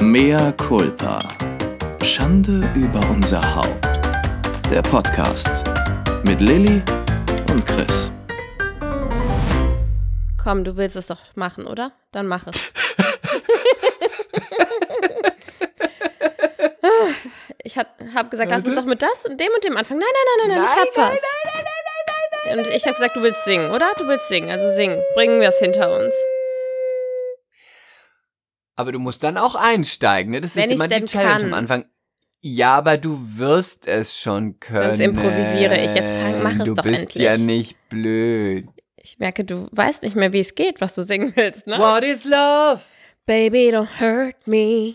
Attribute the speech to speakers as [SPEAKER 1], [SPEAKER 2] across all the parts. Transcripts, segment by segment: [SPEAKER 1] Mea culpa. Schande über unser Haupt. Der Podcast mit Lilly und Chris.
[SPEAKER 2] Komm, du willst es doch machen, oder? Dann mach es. ich habe gesagt, lass uns doch mit das und dem und dem anfangen. Nein, nein, nein, nein, nein ich hab was. und ich habe gesagt, du willst singen, oder? Du willst singen, also singen. Bringen wir es hinter uns.
[SPEAKER 3] Aber du musst dann auch einsteigen, ne? Das
[SPEAKER 2] Wenn
[SPEAKER 3] ist immer
[SPEAKER 2] ich's
[SPEAKER 3] die
[SPEAKER 2] denn
[SPEAKER 3] Challenge
[SPEAKER 2] kann.
[SPEAKER 3] am Anfang. Ja, aber du wirst es schon können.
[SPEAKER 2] Sonst improvisiere ich. Jetzt fang- mach es
[SPEAKER 3] du
[SPEAKER 2] doch
[SPEAKER 3] bist
[SPEAKER 2] endlich.
[SPEAKER 3] ja nicht blöd.
[SPEAKER 2] Ich merke, du weißt nicht mehr, wie es geht, was du singen willst, ne?
[SPEAKER 3] What is love?
[SPEAKER 2] Baby, don't hurt me.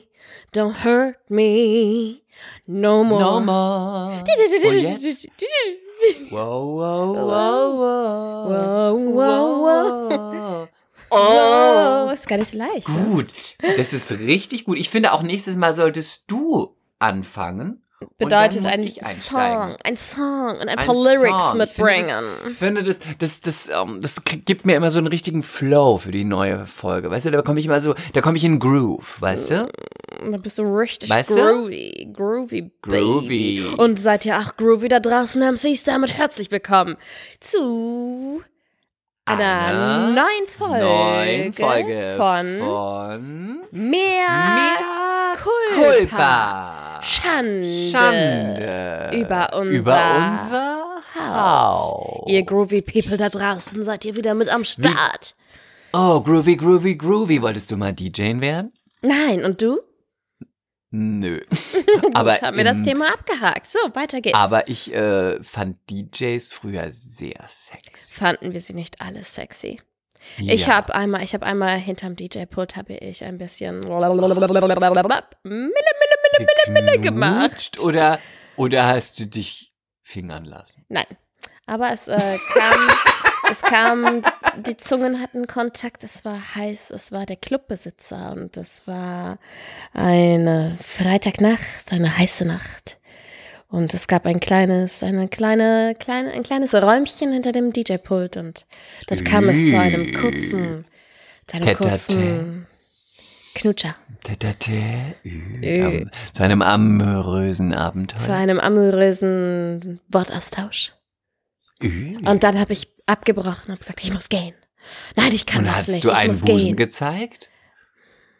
[SPEAKER 2] Don't hurt me. No more. Oh,
[SPEAKER 3] No more. Und jetzt? Wow, wow, wow, wow.
[SPEAKER 2] Wow, wow, wow.
[SPEAKER 3] wow.
[SPEAKER 2] Wow,
[SPEAKER 3] Oh.
[SPEAKER 2] ist gar nicht so leicht. ne?
[SPEAKER 3] Gut. Das ist richtig gut. Ich finde auch nächstes Mal solltest du anfangen. und dann
[SPEAKER 2] bedeutet
[SPEAKER 3] muss
[SPEAKER 2] ein
[SPEAKER 3] ich einsteigen.
[SPEAKER 2] Song, ein Song und ein,
[SPEAKER 3] Ein
[SPEAKER 2] paar Lyrics
[SPEAKER 3] Song. Ich finde
[SPEAKER 2] mitbringen.
[SPEAKER 3] Ich finde, das, das, das, ähm, das k- gibt mir immer so einen richtigen Flow für die neue Folge. Weißt du, da komme ich immer so, da komme ich in Groove, weißt du?
[SPEAKER 2] Da bist du richtig
[SPEAKER 3] Weißt du?
[SPEAKER 2] groovy, groovy,
[SPEAKER 3] Groovy.
[SPEAKER 2] baby. Und seid ihr auch groovy da draußen, MCs, damit herzlich willkommen zu einer
[SPEAKER 3] Einer
[SPEAKER 2] neuen Folge,
[SPEAKER 3] Neuen Folge
[SPEAKER 2] von,
[SPEAKER 3] von
[SPEAKER 2] Mehr
[SPEAKER 3] Mea
[SPEAKER 2] Culpa.
[SPEAKER 3] Culpa.
[SPEAKER 2] Schande
[SPEAKER 3] Schande.
[SPEAKER 2] über unser
[SPEAKER 3] Über unser Haus.
[SPEAKER 2] Ihr groovy People da draußen, seid ihr wieder mit am Start?
[SPEAKER 3] Oh, groovy, groovy, groovy. Wolltest du mal DJen werden?
[SPEAKER 2] Nein, und du?
[SPEAKER 3] Nö.
[SPEAKER 2] Gut,
[SPEAKER 3] aber,
[SPEAKER 2] haben wir das
[SPEAKER 3] im-
[SPEAKER 2] Thema abgehakt. So, weiter geht's.
[SPEAKER 3] aber ich äh, fand DJs früher sehr sexy.
[SPEAKER 2] Fanden wir sie nicht alle sexy? Ich
[SPEAKER 3] Ja.
[SPEAKER 2] habe einmal, ich habe einmal hinterm DJ-Pult habe ich ein bisschen
[SPEAKER 3] geknutscht
[SPEAKER 2] gemacht.
[SPEAKER 3] Oder, oder hast du dich fingern lassen?
[SPEAKER 2] Nein, aber es äh, kam, es kam, die Zungen hatten Kontakt. Es war heiß. Es war der Clubbesitzer und es war eine Freitagnacht, eine heiße Nacht. Und es gab ein kleines, eine kleine, kleine, ein kleines Räumchen hinter dem DJ-Pult und dort kam es zu einem kurzen, zu einem
[SPEAKER 3] Tête-à-tête.
[SPEAKER 2] kurzen Knutscher.
[SPEAKER 3] Tete, ü,
[SPEAKER 2] Äh.
[SPEAKER 3] am, zu einem amorösen Abenteuer.
[SPEAKER 2] Zu einem amorösen Wortaustausch.
[SPEAKER 3] Ü.
[SPEAKER 2] Und dann habe ich abgebrochen und gesagt, ich muss gehen. Nein, ich kann
[SPEAKER 3] Und
[SPEAKER 2] das
[SPEAKER 3] hast
[SPEAKER 2] nicht.
[SPEAKER 3] du
[SPEAKER 2] ich
[SPEAKER 3] einen
[SPEAKER 2] muss
[SPEAKER 3] Busen
[SPEAKER 2] gehen.
[SPEAKER 3] gezeigt?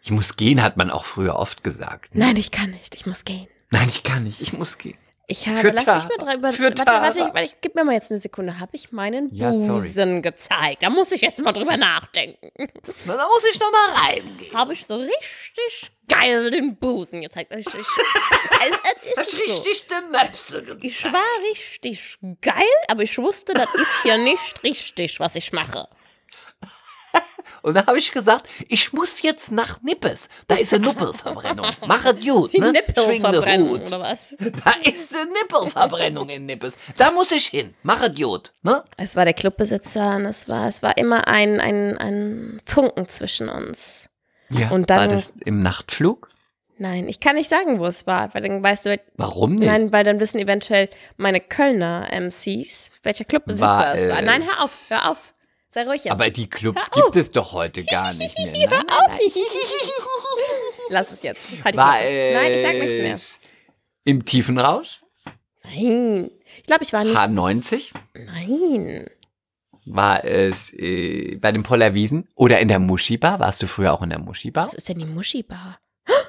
[SPEAKER 3] Ich muss gehen, hat man auch früher oft gesagt.
[SPEAKER 2] Nein, ich kann nicht. Ich muss gehen.
[SPEAKER 3] Nein, ich kann nicht, ich muss gehen.
[SPEAKER 2] Ich habe,
[SPEAKER 3] Für
[SPEAKER 2] lass mich mal
[SPEAKER 3] Tara.
[SPEAKER 2] drüber,
[SPEAKER 3] Für
[SPEAKER 2] warte, warte,
[SPEAKER 3] Tara.
[SPEAKER 2] ich, warte, ich, gib mir mal jetzt eine Sekunde. Habe ich meinen
[SPEAKER 3] Ja, sorry.
[SPEAKER 2] Busen gezeigt? Da muss ich jetzt mal drüber nachdenken.
[SPEAKER 3] Na, Da muss ich noch mal reingehen.
[SPEAKER 2] Habe ich so richtig geil den Busen gezeigt? Ich, ich, es, es ist so.
[SPEAKER 3] die Möpse gezeigt.
[SPEAKER 2] Ich war richtig geil, aber ich wusste, das ist hier nicht richtig, was ich mache.
[SPEAKER 3] Und da habe ich gesagt, ich muss jetzt nach Nippes. Da ist eine Nuppelverbrennung. Mache gut,
[SPEAKER 2] Die
[SPEAKER 3] ne?
[SPEAKER 2] Nippelverbrennung
[SPEAKER 3] Schwingende Hut.
[SPEAKER 2] oder was?
[SPEAKER 3] Da ist eine Nippelverbrennung in Nippes. Da muss ich hin. Mach Idiot, ne?
[SPEAKER 2] Es war der Clubbesitzer und es war, es war immer ein, ein, ein Funken zwischen uns.
[SPEAKER 3] Ja.
[SPEAKER 2] Und dann-
[SPEAKER 3] war das im Nachtflug?
[SPEAKER 2] Nein, ich kann nicht sagen, wo es war, weil dann weißt du,
[SPEAKER 3] Warum nicht?
[SPEAKER 2] nein, weil dann wissen eventuell meine Kölner MCs, welcher Clubbesitzer
[SPEAKER 3] War
[SPEAKER 2] es war.
[SPEAKER 3] es-
[SPEAKER 2] Nein, hör auf, hör auf. Sei ruhig jetzt.
[SPEAKER 3] Aber die Clubs
[SPEAKER 2] Hör auf.
[SPEAKER 3] gibt es doch heute gar nicht mehr. ne? Nein, nein, nein.
[SPEAKER 2] Lass es jetzt. Halt die
[SPEAKER 3] War
[SPEAKER 2] Klappe. Nein, ich sag nichts
[SPEAKER 3] es im tiefen Rausch? äh,
[SPEAKER 2] mehr. Nein. Ich glaube, ich war nicht.
[SPEAKER 3] H90?
[SPEAKER 2] Nein.
[SPEAKER 3] War es äh, bei den Pollerwiesen? Oder in der Muschibar? Warst du früher auch in der Muschibar?
[SPEAKER 2] Was ist denn die Muschi-Bar?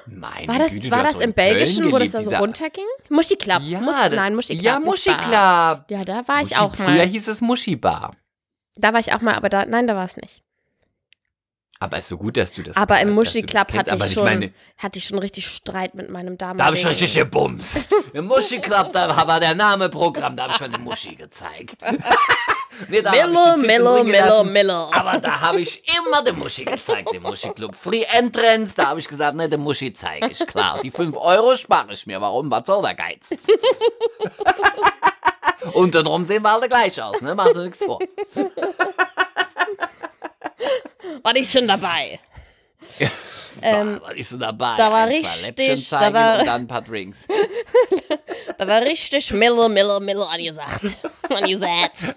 [SPEAKER 3] Meine
[SPEAKER 2] War das,
[SPEAKER 3] Güte, du
[SPEAKER 2] war
[SPEAKER 3] hast
[SPEAKER 2] das
[SPEAKER 3] doch
[SPEAKER 2] im
[SPEAKER 3] in Köln
[SPEAKER 2] Belgischen, wo das da
[SPEAKER 3] gelebt,
[SPEAKER 2] so
[SPEAKER 3] dieser-
[SPEAKER 2] runterging? Muschi-Club.
[SPEAKER 3] Ja,
[SPEAKER 2] Muss,
[SPEAKER 3] das-
[SPEAKER 2] nein, Muschi-Club.
[SPEAKER 3] Ja,
[SPEAKER 2] nicht Bar.
[SPEAKER 3] Muschibar.
[SPEAKER 2] Ja, da war ich
[SPEAKER 3] Muschi-
[SPEAKER 2] auch
[SPEAKER 3] Früher
[SPEAKER 2] mal.
[SPEAKER 3] hieß es Muschibar.
[SPEAKER 2] Da war ich auch mal, aber da, nein, da war es nicht.
[SPEAKER 3] Aber ist so gut, dass du das äh,
[SPEAKER 2] Aber im
[SPEAKER 3] dass du das
[SPEAKER 2] Muschi-Club
[SPEAKER 3] kennst.
[SPEAKER 2] hatte
[SPEAKER 3] Aber
[SPEAKER 2] ich
[SPEAKER 3] ich
[SPEAKER 2] schon-
[SPEAKER 3] meine,
[SPEAKER 2] Hatte ich schon richtig Streit mit meinem damaligen.
[SPEAKER 3] Da habe ich richtig gebumst. Im Muschi-Club, da war der Name Programm, da habe ich schon eine Muschi gezeigt. nee, da hab ich die
[SPEAKER 2] Miller,
[SPEAKER 3] Tinte
[SPEAKER 2] Miller,
[SPEAKER 3] drin
[SPEAKER 2] Miller,
[SPEAKER 3] gelassen,
[SPEAKER 2] Miller.
[SPEAKER 3] Aber da habe ich immer den Muschi gezeigt, den Muschi-Club. Free Entrance, da habe ich gesagt, ne, den Muschi zeige ich, klar. Die 5 Euro spare ich mir. Warum? Was soll der Geiz? Untenrum sehen wir alle gleich aus, ne? Macht nichts vor.
[SPEAKER 2] War ich schon dabei.
[SPEAKER 3] Ähm, Was ist denn dabei?
[SPEAKER 2] da war
[SPEAKER 3] Ein, zwei
[SPEAKER 2] richtig-
[SPEAKER 3] Läppchen
[SPEAKER 2] da
[SPEAKER 3] zeigen
[SPEAKER 2] war-
[SPEAKER 3] und dann ein paar Drinks.
[SPEAKER 2] Da war richtig Miller, Miller, Miller angesagt. Angesagt.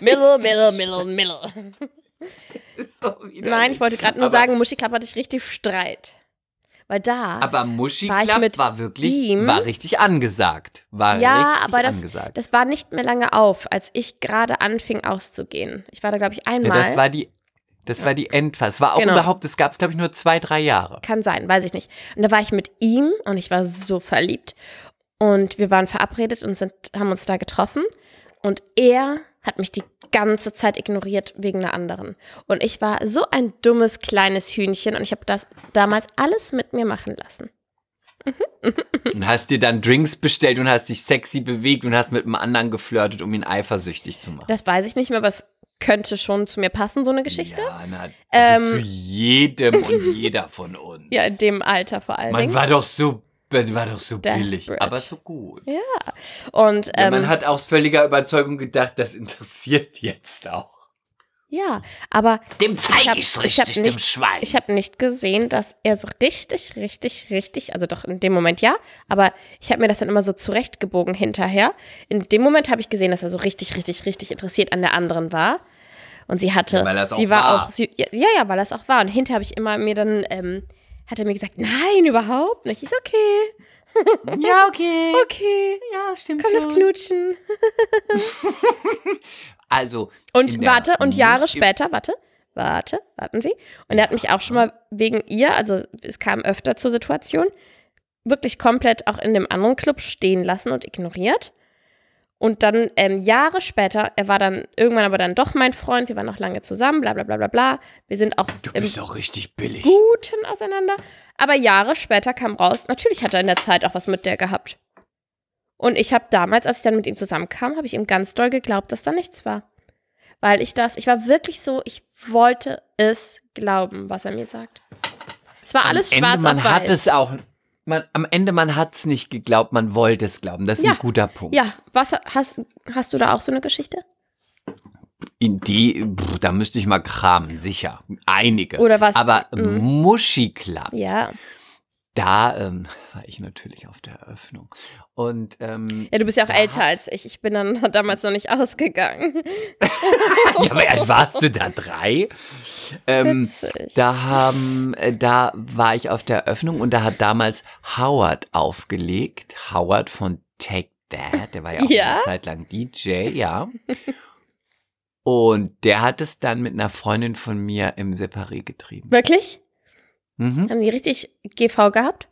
[SPEAKER 2] Miller, Miller, Miller, Miller.
[SPEAKER 3] So widerlich.
[SPEAKER 2] Nein, ich wollte gerade nur
[SPEAKER 3] Aber-
[SPEAKER 2] sagen, Muschi Club hatte ich richtig Streit. Weil da.
[SPEAKER 3] Aber Muschi
[SPEAKER 2] War ich
[SPEAKER 3] Club
[SPEAKER 2] mit
[SPEAKER 3] war wirklich,
[SPEAKER 2] ihm?
[SPEAKER 3] war richtig angesagt. War
[SPEAKER 2] ja,
[SPEAKER 3] richtig
[SPEAKER 2] aber das,
[SPEAKER 3] angesagt.
[SPEAKER 2] das war nicht mehr lange auf, als ich gerade anfing auszugehen. Ich war da, glaube ich,
[SPEAKER 3] ja,
[SPEAKER 2] einmal.
[SPEAKER 3] das war die, das war die Endphase. Es war auch
[SPEAKER 2] Genau.
[SPEAKER 3] überhaupt, das gab es glaube ich nur zwei, drei Jahre.
[SPEAKER 2] Kann sein, weiß ich nicht. Und da war ich mit ihm und ich war so verliebt. Und wir waren verabredet und sind, haben uns da getroffen. Und er hat mich die ganze Zeit ignoriert wegen einer anderen. Und ich war so ein dummes kleines Hühnchen und ich habe das damals alles mit mir machen lassen.
[SPEAKER 3] Und hast dir dann Drinks bestellt und hast dich sexy bewegt und hast mit einem anderen geflirtet, um ihn eifersüchtig zu machen.
[SPEAKER 2] Das weiß ich nicht mehr, aber es könnte schon zu mir passen, so eine Geschichte.
[SPEAKER 3] Ja, na, also
[SPEAKER 2] Ähm.
[SPEAKER 3] zu jedem und jeder von uns.
[SPEAKER 2] Ja, in dem Alter vor allen
[SPEAKER 3] man
[SPEAKER 2] Dingen.
[SPEAKER 3] war doch so, man war doch so billig,
[SPEAKER 2] Desperate.
[SPEAKER 3] aber so gut.
[SPEAKER 2] Und
[SPEAKER 3] Ja,
[SPEAKER 2] ähm,
[SPEAKER 3] man hat aus völliger Überzeugung gedacht, das interessiert jetzt auch.
[SPEAKER 2] ja, aber
[SPEAKER 3] Dem zeig
[SPEAKER 2] Ich hab-
[SPEAKER 3] ich's
[SPEAKER 2] ich hab
[SPEAKER 3] richtig, dem
[SPEAKER 2] nicht-
[SPEAKER 3] Schwein.
[SPEAKER 2] Ich habe nicht gesehen, dass er so richtig, richtig, richtig, also doch in dem Moment ja, aber ich habe mir das dann immer so zurechtgebogen hinterher. In dem Moment habe ich gesehen, dass er so richtig, richtig, richtig interessiert an der anderen war. Und sie hatte,
[SPEAKER 3] Ja, weil er es
[SPEAKER 2] sie
[SPEAKER 3] auch
[SPEAKER 2] war,
[SPEAKER 3] war.
[SPEAKER 2] auch, sie, ja, ja, weil das auch war. Und hinterher habe ich immer mir dann, ähm, hat er mir gesagt, nein, überhaupt nicht. Ich so, okay,
[SPEAKER 3] ja, okay.
[SPEAKER 2] okay,
[SPEAKER 3] Ja, stimmt.
[SPEAKER 2] komm, das
[SPEAKER 3] schon.
[SPEAKER 2] knutschen.
[SPEAKER 3] Also, in
[SPEAKER 2] Und
[SPEAKER 3] der
[SPEAKER 2] warte, und Jahre
[SPEAKER 3] nicht-
[SPEAKER 2] später, warte, warte, warten Sie. Und er hat mich auch schon mal wegen ihr, also es kam öfter zur Situation, wirklich komplett auch in dem anderen Club stehen lassen und ignoriert. Und dann ähm, Jahre später, er war dann irgendwann aber dann doch mein Freund, wir waren noch lange zusammen, bla bla bla bla bla. Wir sind auch
[SPEAKER 3] Du
[SPEAKER 2] im
[SPEAKER 3] bist auch richtig billig.
[SPEAKER 2] Guten auseinander. Aber Jahre später kam raus, natürlich hat er in der Zeit auch was mit der gehabt. Und ich habe damals, als ich dann mit ihm zusammenkam, habe ich ihm ganz doll geglaubt, dass da nichts war. Weil ich das, ich war wirklich so, ich wollte es glauben, was er mir sagt. Es war alles
[SPEAKER 3] am Ende,
[SPEAKER 2] schwarz
[SPEAKER 3] man
[SPEAKER 2] auf
[SPEAKER 3] hat
[SPEAKER 2] weiß.
[SPEAKER 3] es auch. Man, am Ende, man hat es nicht geglaubt, man wollte es glauben. Das ist
[SPEAKER 2] Ja.
[SPEAKER 3] ein guter Punkt.
[SPEAKER 2] ja, was hast, hast du da auch so eine Geschichte?
[SPEAKER 3] In die, pff, da müsste ich mal kramen, sicher. Einige.
[SPEAKER 2] Oder was?
[SPEAKER 3] Aber
[SPEAKER 2] Mhm.
[SPEAKER 3] Muschi Club,
[SPEAKER 2] Ja.
[SPEAKER 3] da ähm, war ich natürlich auf der Eröffnung. Und ähm,
[SPEAKER 2] Ja, du bist ja auch
[SPEAKER 3] Da
[SPEAKER 2] älter
[SPEAKER 3] hat-
[SPEAKER 2] als ich. Ich bin dann damals noch nicht ausgegangen.
[SPEAKER 3] ja, wie alt warst du da? Drei? Ähm,
[SPEAKER 2] Witzig.
[SPEAKER 3] Da haben, äh, da war ich auf der Eröffnung und da hat damals Howard aufgelegt. Howard von Take That, der war ja auch
[SPEAKER 2] Ja?
[SPEAKER 3] eine Zeit lang DJ, ja. Und der hat es dann mit einer Freundin von mir im Separé getrieben.
[SPEAKER 2] Wirklich?
[SPEAKER 3] Mhm.
[SPEAKER 2] Haben die richtig GV gehabt?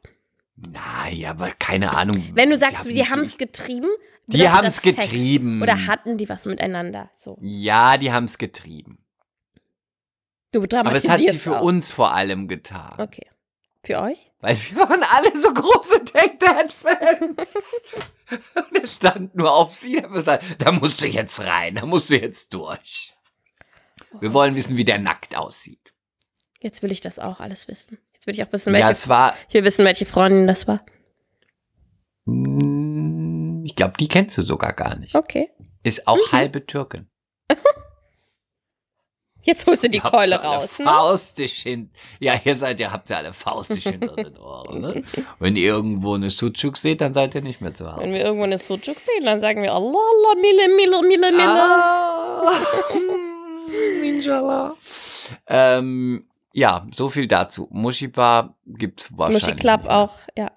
[SPEAKER 3] Naja, aber keine Ahnung.
[SPEAKER 2] Wenn du sagst,
[SPEAKER 3] hab
[SPEAKER 2] die,
[SPEAKER 3] nicht so-
[SPEAKER 2] haben es getrieben,
[SPEAKER 3] Die
[SPEAKER 2] bedeutet
[SPEAKER 3] haben
[SPEAKER 2] das
[SPEAKER 3] es
[SPEAKER 2] Sex.
[SPEAKER 3] getrieben.
[SPEAKER 2] Oder hatten die was miteinander? So.
[SPEAKER 3] Ja, die haben es getrieben.
[SPEAKER 2] Du
[SPEAKER 3] Aber
[SPEAKER 2] dramatisierst
[SPEAKER 3] das hat sie für
[SPEAKER 2] auch.
[SPEAKER 3] uns vor allem getan.
[SPEAKER 2] Okay. Für euch?
[SPEAKER 3] Weil wir waren alle so große Take That-Fans. Und er stand nur auf sie. Er hat gesagt, Da musst du jetzt rein, da musst du jetzt durch. Wir wollen wissen, wie der nackt aussieht.
[SPEAKER 2] Oh, Jetzt will ich das auch alles wissen. Jetzt will ich auch wissen, welche.
[SPEAKER 3] Ja, es war.
[SPEAKER 2] ich will wissen, welche Freundin das war.
[SPEAKER 3] mm, Ich glaube, die kennst du sogar gar nicht.
[SPEAKER 2] Okay.
[SPEAKER 3] Ist auch
[SPEAKER 2] Mhm.
[SPEAKER 3] halbe Türkin.
[SPEAKER 2] Jetzt holst du die
[SPEAKER 3] Habt
[SPEAKER 2] Keule
[SPEAKER 3] ihr alle
[SPEAKER 2] raus. Ne?
[SPEAKER 3] Faustisch hin. Ja, ihr seid ja, habt ihr alle faustisch hinter den Ohren. Ne? Wenn ihr irgendwo eine Sucuk seht, dann seid ihr nicht mehr zu Hause.
[SPEAKER 2] Wenn wir irgendwo eine Sujuk sehen, dann sagen wir Allah, Allah, Mille, Mille, Mille, Mille.
[SPEAKER 3] Ah. Inshallah. Ähm, ja, so viel dazu. Mushibar gibt's Ah, wahrscheinlich.
[SPEAKER 2] Muschi Club
[SPEAKER 3] nicht mehr.
[SPEAKER 2] auch, ja.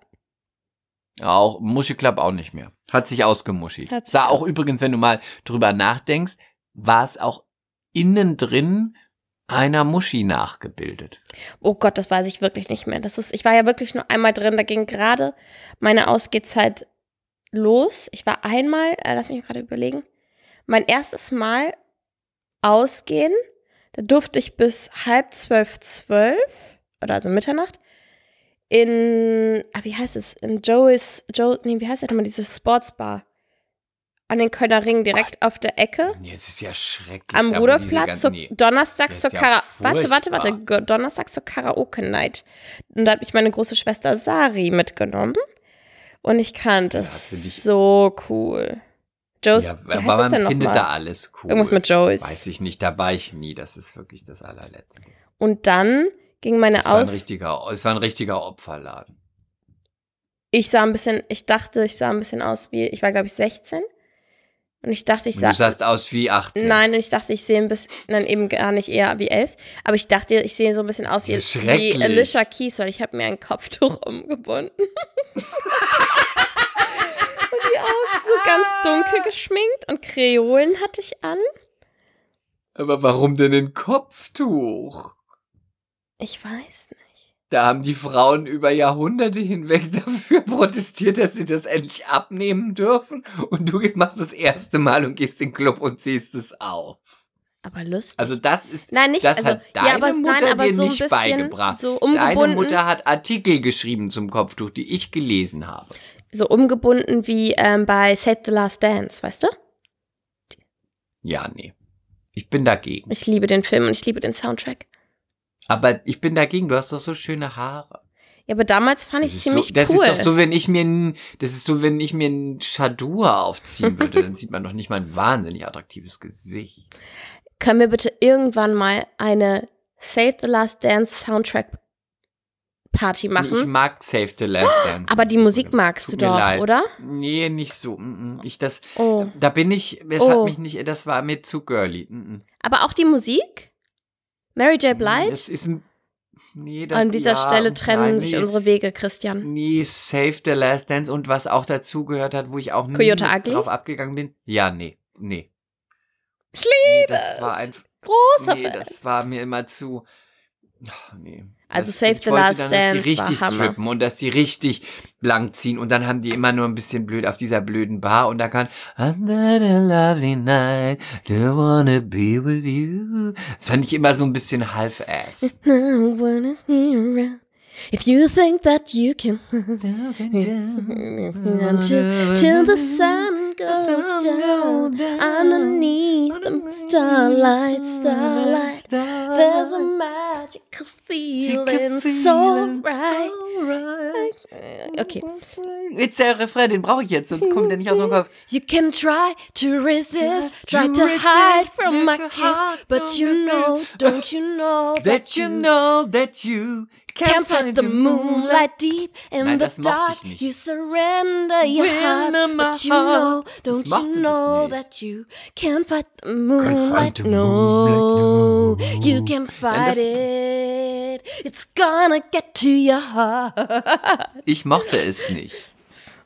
[SPEAKER 3] Auch Muschi Club auch nicht mehr. Hat sich ausgemuschi.
[SPEAKER 2] Hat sich
[SPEAKER 3] Sah auch übrigens, wenn du mal drüber nachdenkst, war es auch innen drin einer Muschi nachgebildet.
[SPEAKER 2] Oh Gott, das weiß ich wirklich nicht mehr. Das ist, ich war ja wirklich nur einmal drin. Da ging gerade meine Ausgehzeit los. Ich war einmal, äh, lass mich gerade überlegen, mein erstes Mal ausgehen. Da durfte ich bis halb zwölf, zwölf oder also Mitternacht in, ah, wie heißt es? In Joeys, Joe, nee, wie heißt das nochmal, diese Sportsbar? An den Kölner Ring, direkt auf der Ecke.
[SPEAKER 3] Jetzt ist ja schrecklich.
[SPEAKER 2] Am Rudolfplatz, zur- donnerstags
[SPEAKER 3] Das
[SPEAKER 2] zur
[SPEAKER 3] ist ja
[SPEAKER 2] Kara warte, warte, warte,
[SPEAKER 3] furchtbar.
[SPEAKER 2] Go- donnerstags zur Karaoke-Night. Und da hat mich meine große Schwester Sari mitgenommen. Und ich kannte
[SPEAKER 3] Ja,
[SPEAKER 2] es
[SPEAKER 3] finde ich-
[SPEAKER 2] so cool. Joe's,
[SPEAKER 3] ja,
[SPEAKER 2] wie heißt
[SPEAKER 3] aber
[SPEAKER 2] das denn
[SPEAKER 3] man findet
[SPEAKER 2] nochmal?
[SPEAKER 3] da alles cool.
[SPEAKER 2] Irgendwas mit
[SPEAKER 3] Weiß
[SPEAKER 2] Joe's.
[SPEAKER 3] ich nicht, da war ich nie. Das ist wirklich das allerletzte.
[SPEAKER 2] Und dann ging meine
[SPEAKER 3] Es war, ein
[SPEAKER 2] Aus.
[SPEAKER 3] richtiger, es war ein richtiger Opferladen.
[SPEAKER 2] Ich sah ein bisschen, ich dachte, ich sah ein bisschen aus wie, ich war glaube ich 16. Und ich dachte, ich
[SPEAKER 3] Und du
[SPEAKER 2] sag,
[SPEAKER 3] sahst aus wie 18.
[SPEAKER 2] Nein, und ich dachte, ich sehe ein bisschen, nein, eben gar nicht eher wie elf, aber ich dachte, ich sehe so ein bisschen aus wie,
[SPEAKER 3] Ja, schrecklich.
[SPEAKER 2] wie Alicia Keys, weil ich habe mir ein Kopftuch umgebunden. und die Augen so ganz dunkel geschminkt und Kreolen hatte ich an.
[SPEAKER 3] Aber warum denn ein Kopftuch?
[SPEAKER 2] Ich weiß nicht.
[SPEAKER 3] Da haben die Frauen über Jahrhunderte hinweg dafür protestiert, dass sie das endlich abnehmen dürfen. Und du machst das erste Mal und gehst in den Club und ziehst es auf.
[SPEAKER 2] Aber lustig.
[SPEAKER 3] Also das ist,
[SPEAKER 2] nein, nicht,
[SPEAKER 3] das
[SPEAKER 2] also,
[SPEAKER 3] hat deine
[SPEAKER 2] ja, aber,
[SPEAKER 3] Mutter
[SPEAKER 2] nein, aber
[SPEAKER 3] dir
[SPEAKER 2] so ein
[SPEAKER 3] nicht
[SPEAKER 2] bisschen
[SPEAKER 3] beigebracht.
[SPEAKER 2] so
[SPEAKER 3] deine
[SPEAKER 2] umgebunden.
[SPEAKER 3] Mutter hat Artikel geschrieben zum Kopftuch, die ich gelesen habe.
[SPEAKER 2] so umgebunden wie ähm, bei Save the Last Dance, weißt du?
[SPEAKER 3] Ja, nee. Ich bin dagegen.
[SPEAKER 2] Ich liebe den Film und ich liebe den Soundtrack.
[SPEAKER 3] Aber ich bin dagegen, du hast doch so schöne Haare.
[SPEAKER 2] Ja, aber damals fand ich
[SPEAKER 3] das
[SPEAKER 2] es
[SPEAKER 3] ist
[SPEAKER 2] ziemlich
[SPEAKER 3] so, das
[SPEAKER 2] cool.
[SPEAKER 3] ist doch so, wenn ich mir ein, das ist so, wenn ich mir ein Chadur aufziehen würde, dann sieht man doch nicht mal ein wahnsinnig attraktives Gesicht.
[SPEAKER 2] Können wir bitte irgendwann mal eine Save the Last Dance Soundtrack Party
[SPEAKER 3] Ich
[SPEAKER 2] machen?
[SPEAKER 3] mag Save the Last Dance.
[SPEAKER 2] Aber die
[SPEAKER 3] nicht.
[SPEAKER 2] Musik magst
[SPEAKER 3] Tut
[SPEAKER 2] du
[SPEAKER 3] mir
[SPEAKER 2] doch,
[SPEAKER 3] leid.
[SPEAKER 2] oder?
[SPEAKER 3] Nee, nicht so. mm, mm. Ich das,
[SPEAKER 2] Oh.
[SPEAKER 3] da bin ich, es
[SPEAKER 2] Oh.
[SPEAKER 3] hat mich nicht, das war mir zu girly. mm, mm.
[SPEAKER 2] Aber auch die Musik? Mary J.
[SPEAKER 3] Hm, Das
[SPEAKER 2] Blige?
[SPEAKER 3] ist ein, nee, das,
[SPEAKER 2] An dieser
[SPEAKER 3] ja,
[SPEAKER 2] Stelle trennen
[SPEAKER 3] nein,
[SPEAKER 2] sich
[SPEAKER 3] nee.
[SPEAKER 2] unsere Wege, Christian.
[SPEAKER 3] Nee, Save the Last Dance und was auch dazugehört hat, wo ich auch nie
[SPEAKER 2] Coyote
[SPEAKER 3] mit
[SPEAKER 2] Ugly?
[SPEAKER 3] drauf abgegangen bin. Ja, nee, nee.
[SPEAKER 2] Ich
[SPEAKER 3] nee, das war
[SPEAKER 2] es.
[SPEAKER 3] einfach,
[SPEAKER 2] Großer
[SPEAKER 3] nee,
[SPEAKER 2] Fan.
[SPEAKER 3] das war mir immer zu. Ach, Nee.
[SPEAKER 2] Also
[SPEAKER 3] das,
[SPEAKER 2] Save
[SPEAKER 3] ich
[SPEAKER 2] the
[SPEAKER 3] wollte
[SPEAKER 2] Last
[SPEAKER 3] dann, dass
[SPEAKER 2] Dance
[SPEAKER 3] die richtig
[SPEAKER 2] war Hammer.
[SPEAKER 3] strippen und dass die richtig blank ziehen und dann haben die immer nur ein bisschen blöd auf dieser blöden Bar und da kann Under the lovely night, don't wanna be with you. Das fand ich immer so ein bisschen half-ass.
[SPEAKER 2] I wanna be around. If you think that you can until, till the sun goes down underneath the starlight, starlight. There's a magical Uh-huh. feeling so right. Okay.
[SPEAKER 3] Jetzt der Refrain, den brauche ich jetzt, sonst kommt der nicht aus dem Kopf.
[SPEAKER 2] You can try to resist,
[SPEAKER 3] Just
[SPEAKER 2] try
[SPEAKER 3] to
[SPEAKER 2] to hide
[SPEAKER 3] resist,
[SPEAKER 2] from my
[SPEAKER 3] little
[SPEAKER 2] kiss,
[SPEAKER 3] heart,
[SPEAKER 2] but
[SPEAKER 3] don't
[SPEAKER 2] you
[SPEAKER 3] you
[SPEAKER 2] know,
[SPEAKER 3] know,
[SPEAKER 2] don't you know
[SPEAKER 3] That you know that you
[SPEAKER 2] Can't
[SPEAKER 3] can't
[SPEAKER 2] fight
[SPEAKER 3] find
[SPEAKER 2] the moonlight deep in
[SPEAKER 3] Nein,
[SPEAKER 2] the
[SPEAKER 3] das mochte ich
[SPEAKER 2] dark.
[SPEAKER 3] nicht.
[SPEAKER 2] You surrender your heart,
[SPEAKER 3] Surrender my
[SPEAKER 2] but you know,
[SPEAKER 3] heart.
[SPEAKER 2] don't
[SPEAKER 3] mochte
[SPEAKER 2] you
[SPEAKER 3] das
[SPEAKER 2] know
[SPEAKER 3] nicht.
[SPEAKER 2] that you can't fight the
[SPEAKER 3] fight
[SPEAKER 2] moonlight?
[SPEAKER 3] the
[SPEAKER 2] No,
[SPEAKER 3] moonlight, no.
[SPEAKER 2] you can fight
[SPEAKER 3] das-
[SPEAKER 2] it. It's gonna get to your heart.
[SPEAKER 3] Ich mochte es nicht.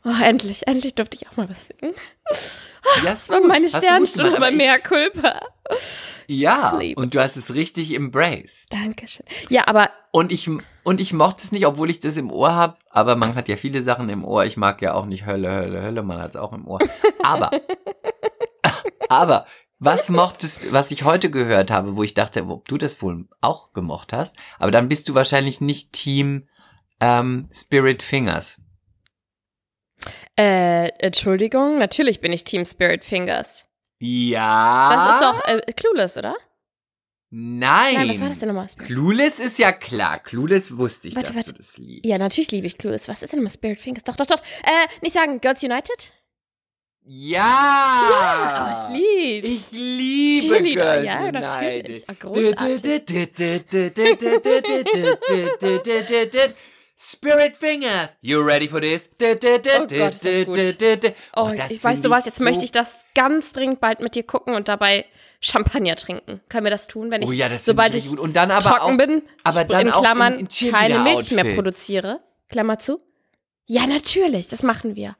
[SPEAKER 2] Oh, endlich, endlich durfte ich auch mal was singen.
[SPEAKER 3] Ja, ist
[SPEAKER 2] Und
[SPEAKER 3] gut.
[SPEAKER 2] meine
[SPEAKER 3] Hast du gut gemacht,
[SPEAKER 2] Sternstunde
[SPEAKER 3] aber
[SPEAKER 2] bei
[SPEAKER 3] ich-
[SPEAKER 2] Mea Culpa.
[SPEAKER 3] Ja,
[SPEAKER 2] Liebe.
[SPEAKER 3] und du hast es richtig embraced.
[SPEAKER 2] Dankeschön. Ja, aber
[SPEAKER 3] Und ich, und ich mochte es nicht, obwohl ich das im Ohr habe. Aber man hat ja viele Sachen im Ohr. Ich mag ja auch nicht Hölle, Hölle, Hölle. Man hat es auch im Ohr. Aber, aber, was mochtest, was ich heute gehört habe, wo ich dachte, ob du das wohl auch gemocht hast. Aber dann bist du wahrscheinlich nicht Team ähm, Spirit Fingers.
[SPEAKER 2] äh, Entschuldigung, natürlich bin ich Team Spirit Fingers.
[SPEAKER 3] Ja.
[SPEAKER 2] Das ist doch äh, Clueless, oder?
[SPEAKER 3] Ah. Nein.
[SPEAKER 2] Nein, was war das denn nochmal? Spirit
[SPEAKER 3] Clueless ist ja klar. Clueless wusste ich,
[SPEAKER 2] Warte,
[SPEAKER 3] dass
[SPEAKER 2] warte.
[SPEAKER 3] du das liebst.
[SPEAKER 2] Ja, natürlich liebe ich Clueless. Was ist denn mit Spirit Fingers? Doch, doch, doch. Äh, nicht sagen Girls United?
[SPEAKER 3] Ja!
[SPEAKER 2] Oh, ich lieb's.
[SPEAKER 3] Ah. Ich liebe
[SPEAKER 2] Cheerleader,
[SPEAKER 3] Girls
[SPEAKER 2] ja, natürlich.
[SPEAKER 3] United.
[SPEAKER 2] Ah, großartig.
[SPEAKER 3] Spirit Fingers, you ready for this?
[SPEAKER 2] Oh Gott, ist das gut. Oh,
[SPEAKER 3] das
[SPEAKER 2] ich weiß
[SPEAKER 3] find
[SPEAKER 2] du was, jetzt
[SPEAKER 3] so-
[SPEAKER 2] möchte ich das ganz dringend bald mit dir gucken und dabei Champagner trinken. Können wir das tun, wenn ich,
[SPEAKER 3] Oh ja, das find
[SPEAKER 2] sobald
[SPEAKER 3] ich
[SPEAKER 2] ich
[SPEAKER 3] richtig gut. Und dann aber
[SPEAKER 2] trocken
[SPEAKER 3] auch-
[SPEAKER 2] bin,
[SPEAKER 3] aber
[SPEAKER 2] sp-
[SPEAKER 3] dann
[SPEAKER 2] in
[SPEAKER 3] auch in-
[SPEAKER 2] Klammern
[SPEAKER 3] in
[SPEAKER 2] keine Milch mehr
[SPEAKER 3] Cheerleader-Outfits.
[SPEAKER 2] produziere? Klammer zu. Ja, natürlich, das machen wir.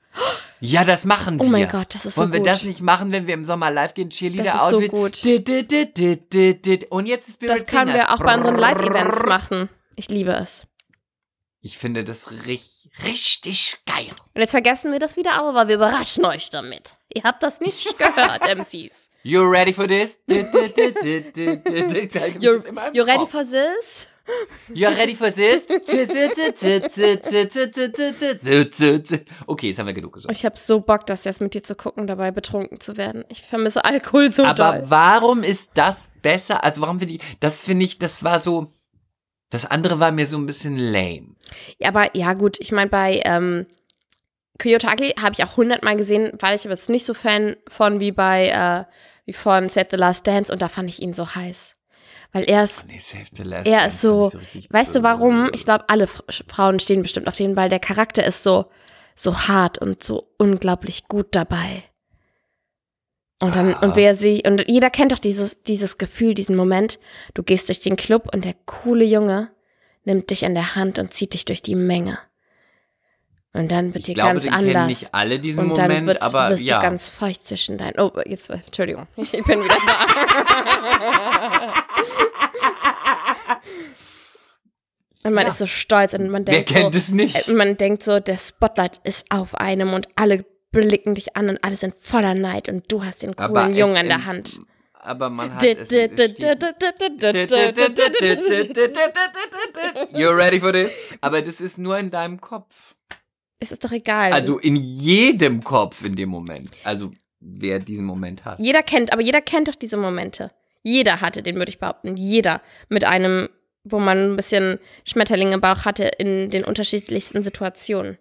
[SPEAKER 3] Ja, das machen
[SPEAKER 2] Oh
[SPEAKER 3] wir.
[SPEAKER 2] mein Gott, das ist so
[SPEAKER 3] Wollen wir
[SPEAKER 2] gut.
[SPEAKER 3] das nicht machen, wenn wir im Sommer live gehen? Cheerleader
[SPEAKER 2] Das ist so
[SPEAKER 3] Outfit.
[SPEAKER 2] gut.
[SPEAKER 3] Dit, dit, dit, dit, dit, dit. Und jetzt Spirit
[SPEAKER 2] Das können
[SPEAKER 3] Fingers.
[SPEAKER 2] wir auch bei unseren Live-Events
[SPEAKER 3] Brrrr.
[SPEAKER 2] machen. Ich liebe es.
[SPEAKER 3] Ich finde das richtig, richtig geil.
[SPEAKER 2] Und jetzt vergessen wir das wieder, aber wir überraschen euch damit. Ihr habt das nicht gehört, MCs.
[SPEAKER 3] You ready for this? Dit, dit, dit, dit, dit, dit, dit. Ich sag das
[SPEAKER 2] You're,
[SPEAKER 3] immer im
[SPEAKER 2] you're ready
[SPEAKER 3] Kopf.
[SPEAKER 2] for this?
[SPEAKER 3] You're ready for this? Zit, zit, zit, zit, zit, zit, zit, zit, zit, zit, zit, zit. Okay, jetzt haben wir genug gesagt.
[SPEAKER 2] Ich habe so Bock, das jetzt mit dir zu gucken, dabei betrunken zu werden. Ich vermisse Alkohol so
[SPEAKER 3] Aber
[SPEAKER 2] doll.
[SPEAKER 3] warum ist das besser? Also warum finde ich, das finde ich, das war so, das andere war mir so ein bisschen lame.
[SPEAKER 2] Ja, aber ja gut, ich meine bei ähm, Kyoto Ugly habe ich auch hundertmal gesehen, war ich aber jetzt nicht so Fan von wie bei äh, wie von Save the Last Dance und da fand ich ihn so heiß, weil er ist
[SPEAKER 3] Oh, Nee, save the last
[SPEAKER 2] Er
[SPEAKER 3] one.
[SPEAKER 2] ist so-
[SPEAKER 3] Fand ich richtig-
[SPEAKER 2] Weißt du warum? Ich glaube, alle Fra- Frauen stehen bestimmt auf den, weil der Charakter ist so, so hart und so unglaublich gut dabei. Und dann,
[SPEAKER 3] Ah.
[SPEAKER 2] und wer sie, und jeder kennt doch dieses, dieses Gefühl, diesen Moment. Du gehst durch den Club und der coole Junge nimmt dich an der Hand und zieht dich durch die Menge. Und dann wird dir
[SPEAKER 3] ich glaube,
[SPEAKER 2] ganz
[SPEAKER 3] den kennen
[SPEAKER 2] anders.
[SPEAKER 3] nicht alle diesen
[SPEAKER 2] und
[SPEAKER 3] Moment,
[SPEAKER 2] dann wird,
[SPEAKER 3] aber
[SPEAKER 2] wirst
[SPEAKER 3] ja.
[SPEAKER 2] du ganz feucht zwischen deinen. Oh, jetzt, Entschuldigung, ich bin wieder da. und man ist so stolz und man
[SPEAKER 3] Wer
[SPEAKER 2] denkt
[SPEAKER 3] kennt
[SPEAKER 2] so,
[SPEAKER 3] es nicht?
[SPEAKER 2] äh, man denkt so, der Spotlight ist auf einem und alle blicken dich an und alle sind voller Neid und du hast den
[SPEAKER 3] aber
[SPEAKER 2] coolen Jungen
[SPEAKER 3] es
[SPEAKER 2] an der
[SPEAKER 3] ent-
[SPEAKER 2] Hand.
[SPEAKER 3] Aber man hat es entsteht-
[SPEAKER 2] Es
[SPEAKER 3] You're ready for this? Aber das ist nur in deinem Kopf.
[SPEAKER 2] ist doch egal.
[SPEAKER 3] Also in jedem Kopf in dem Moment. Also wer diesen Moment hat.
[SPEAKER 2] jeder kennt, aber jeder kennt doch diese Momente. Jeder hatte den, würde ich behaupten. Jeder mit einem, wo man ein bisschen Schmetterlinge im Bauch hatte in den unterschiedlichsten Situationen.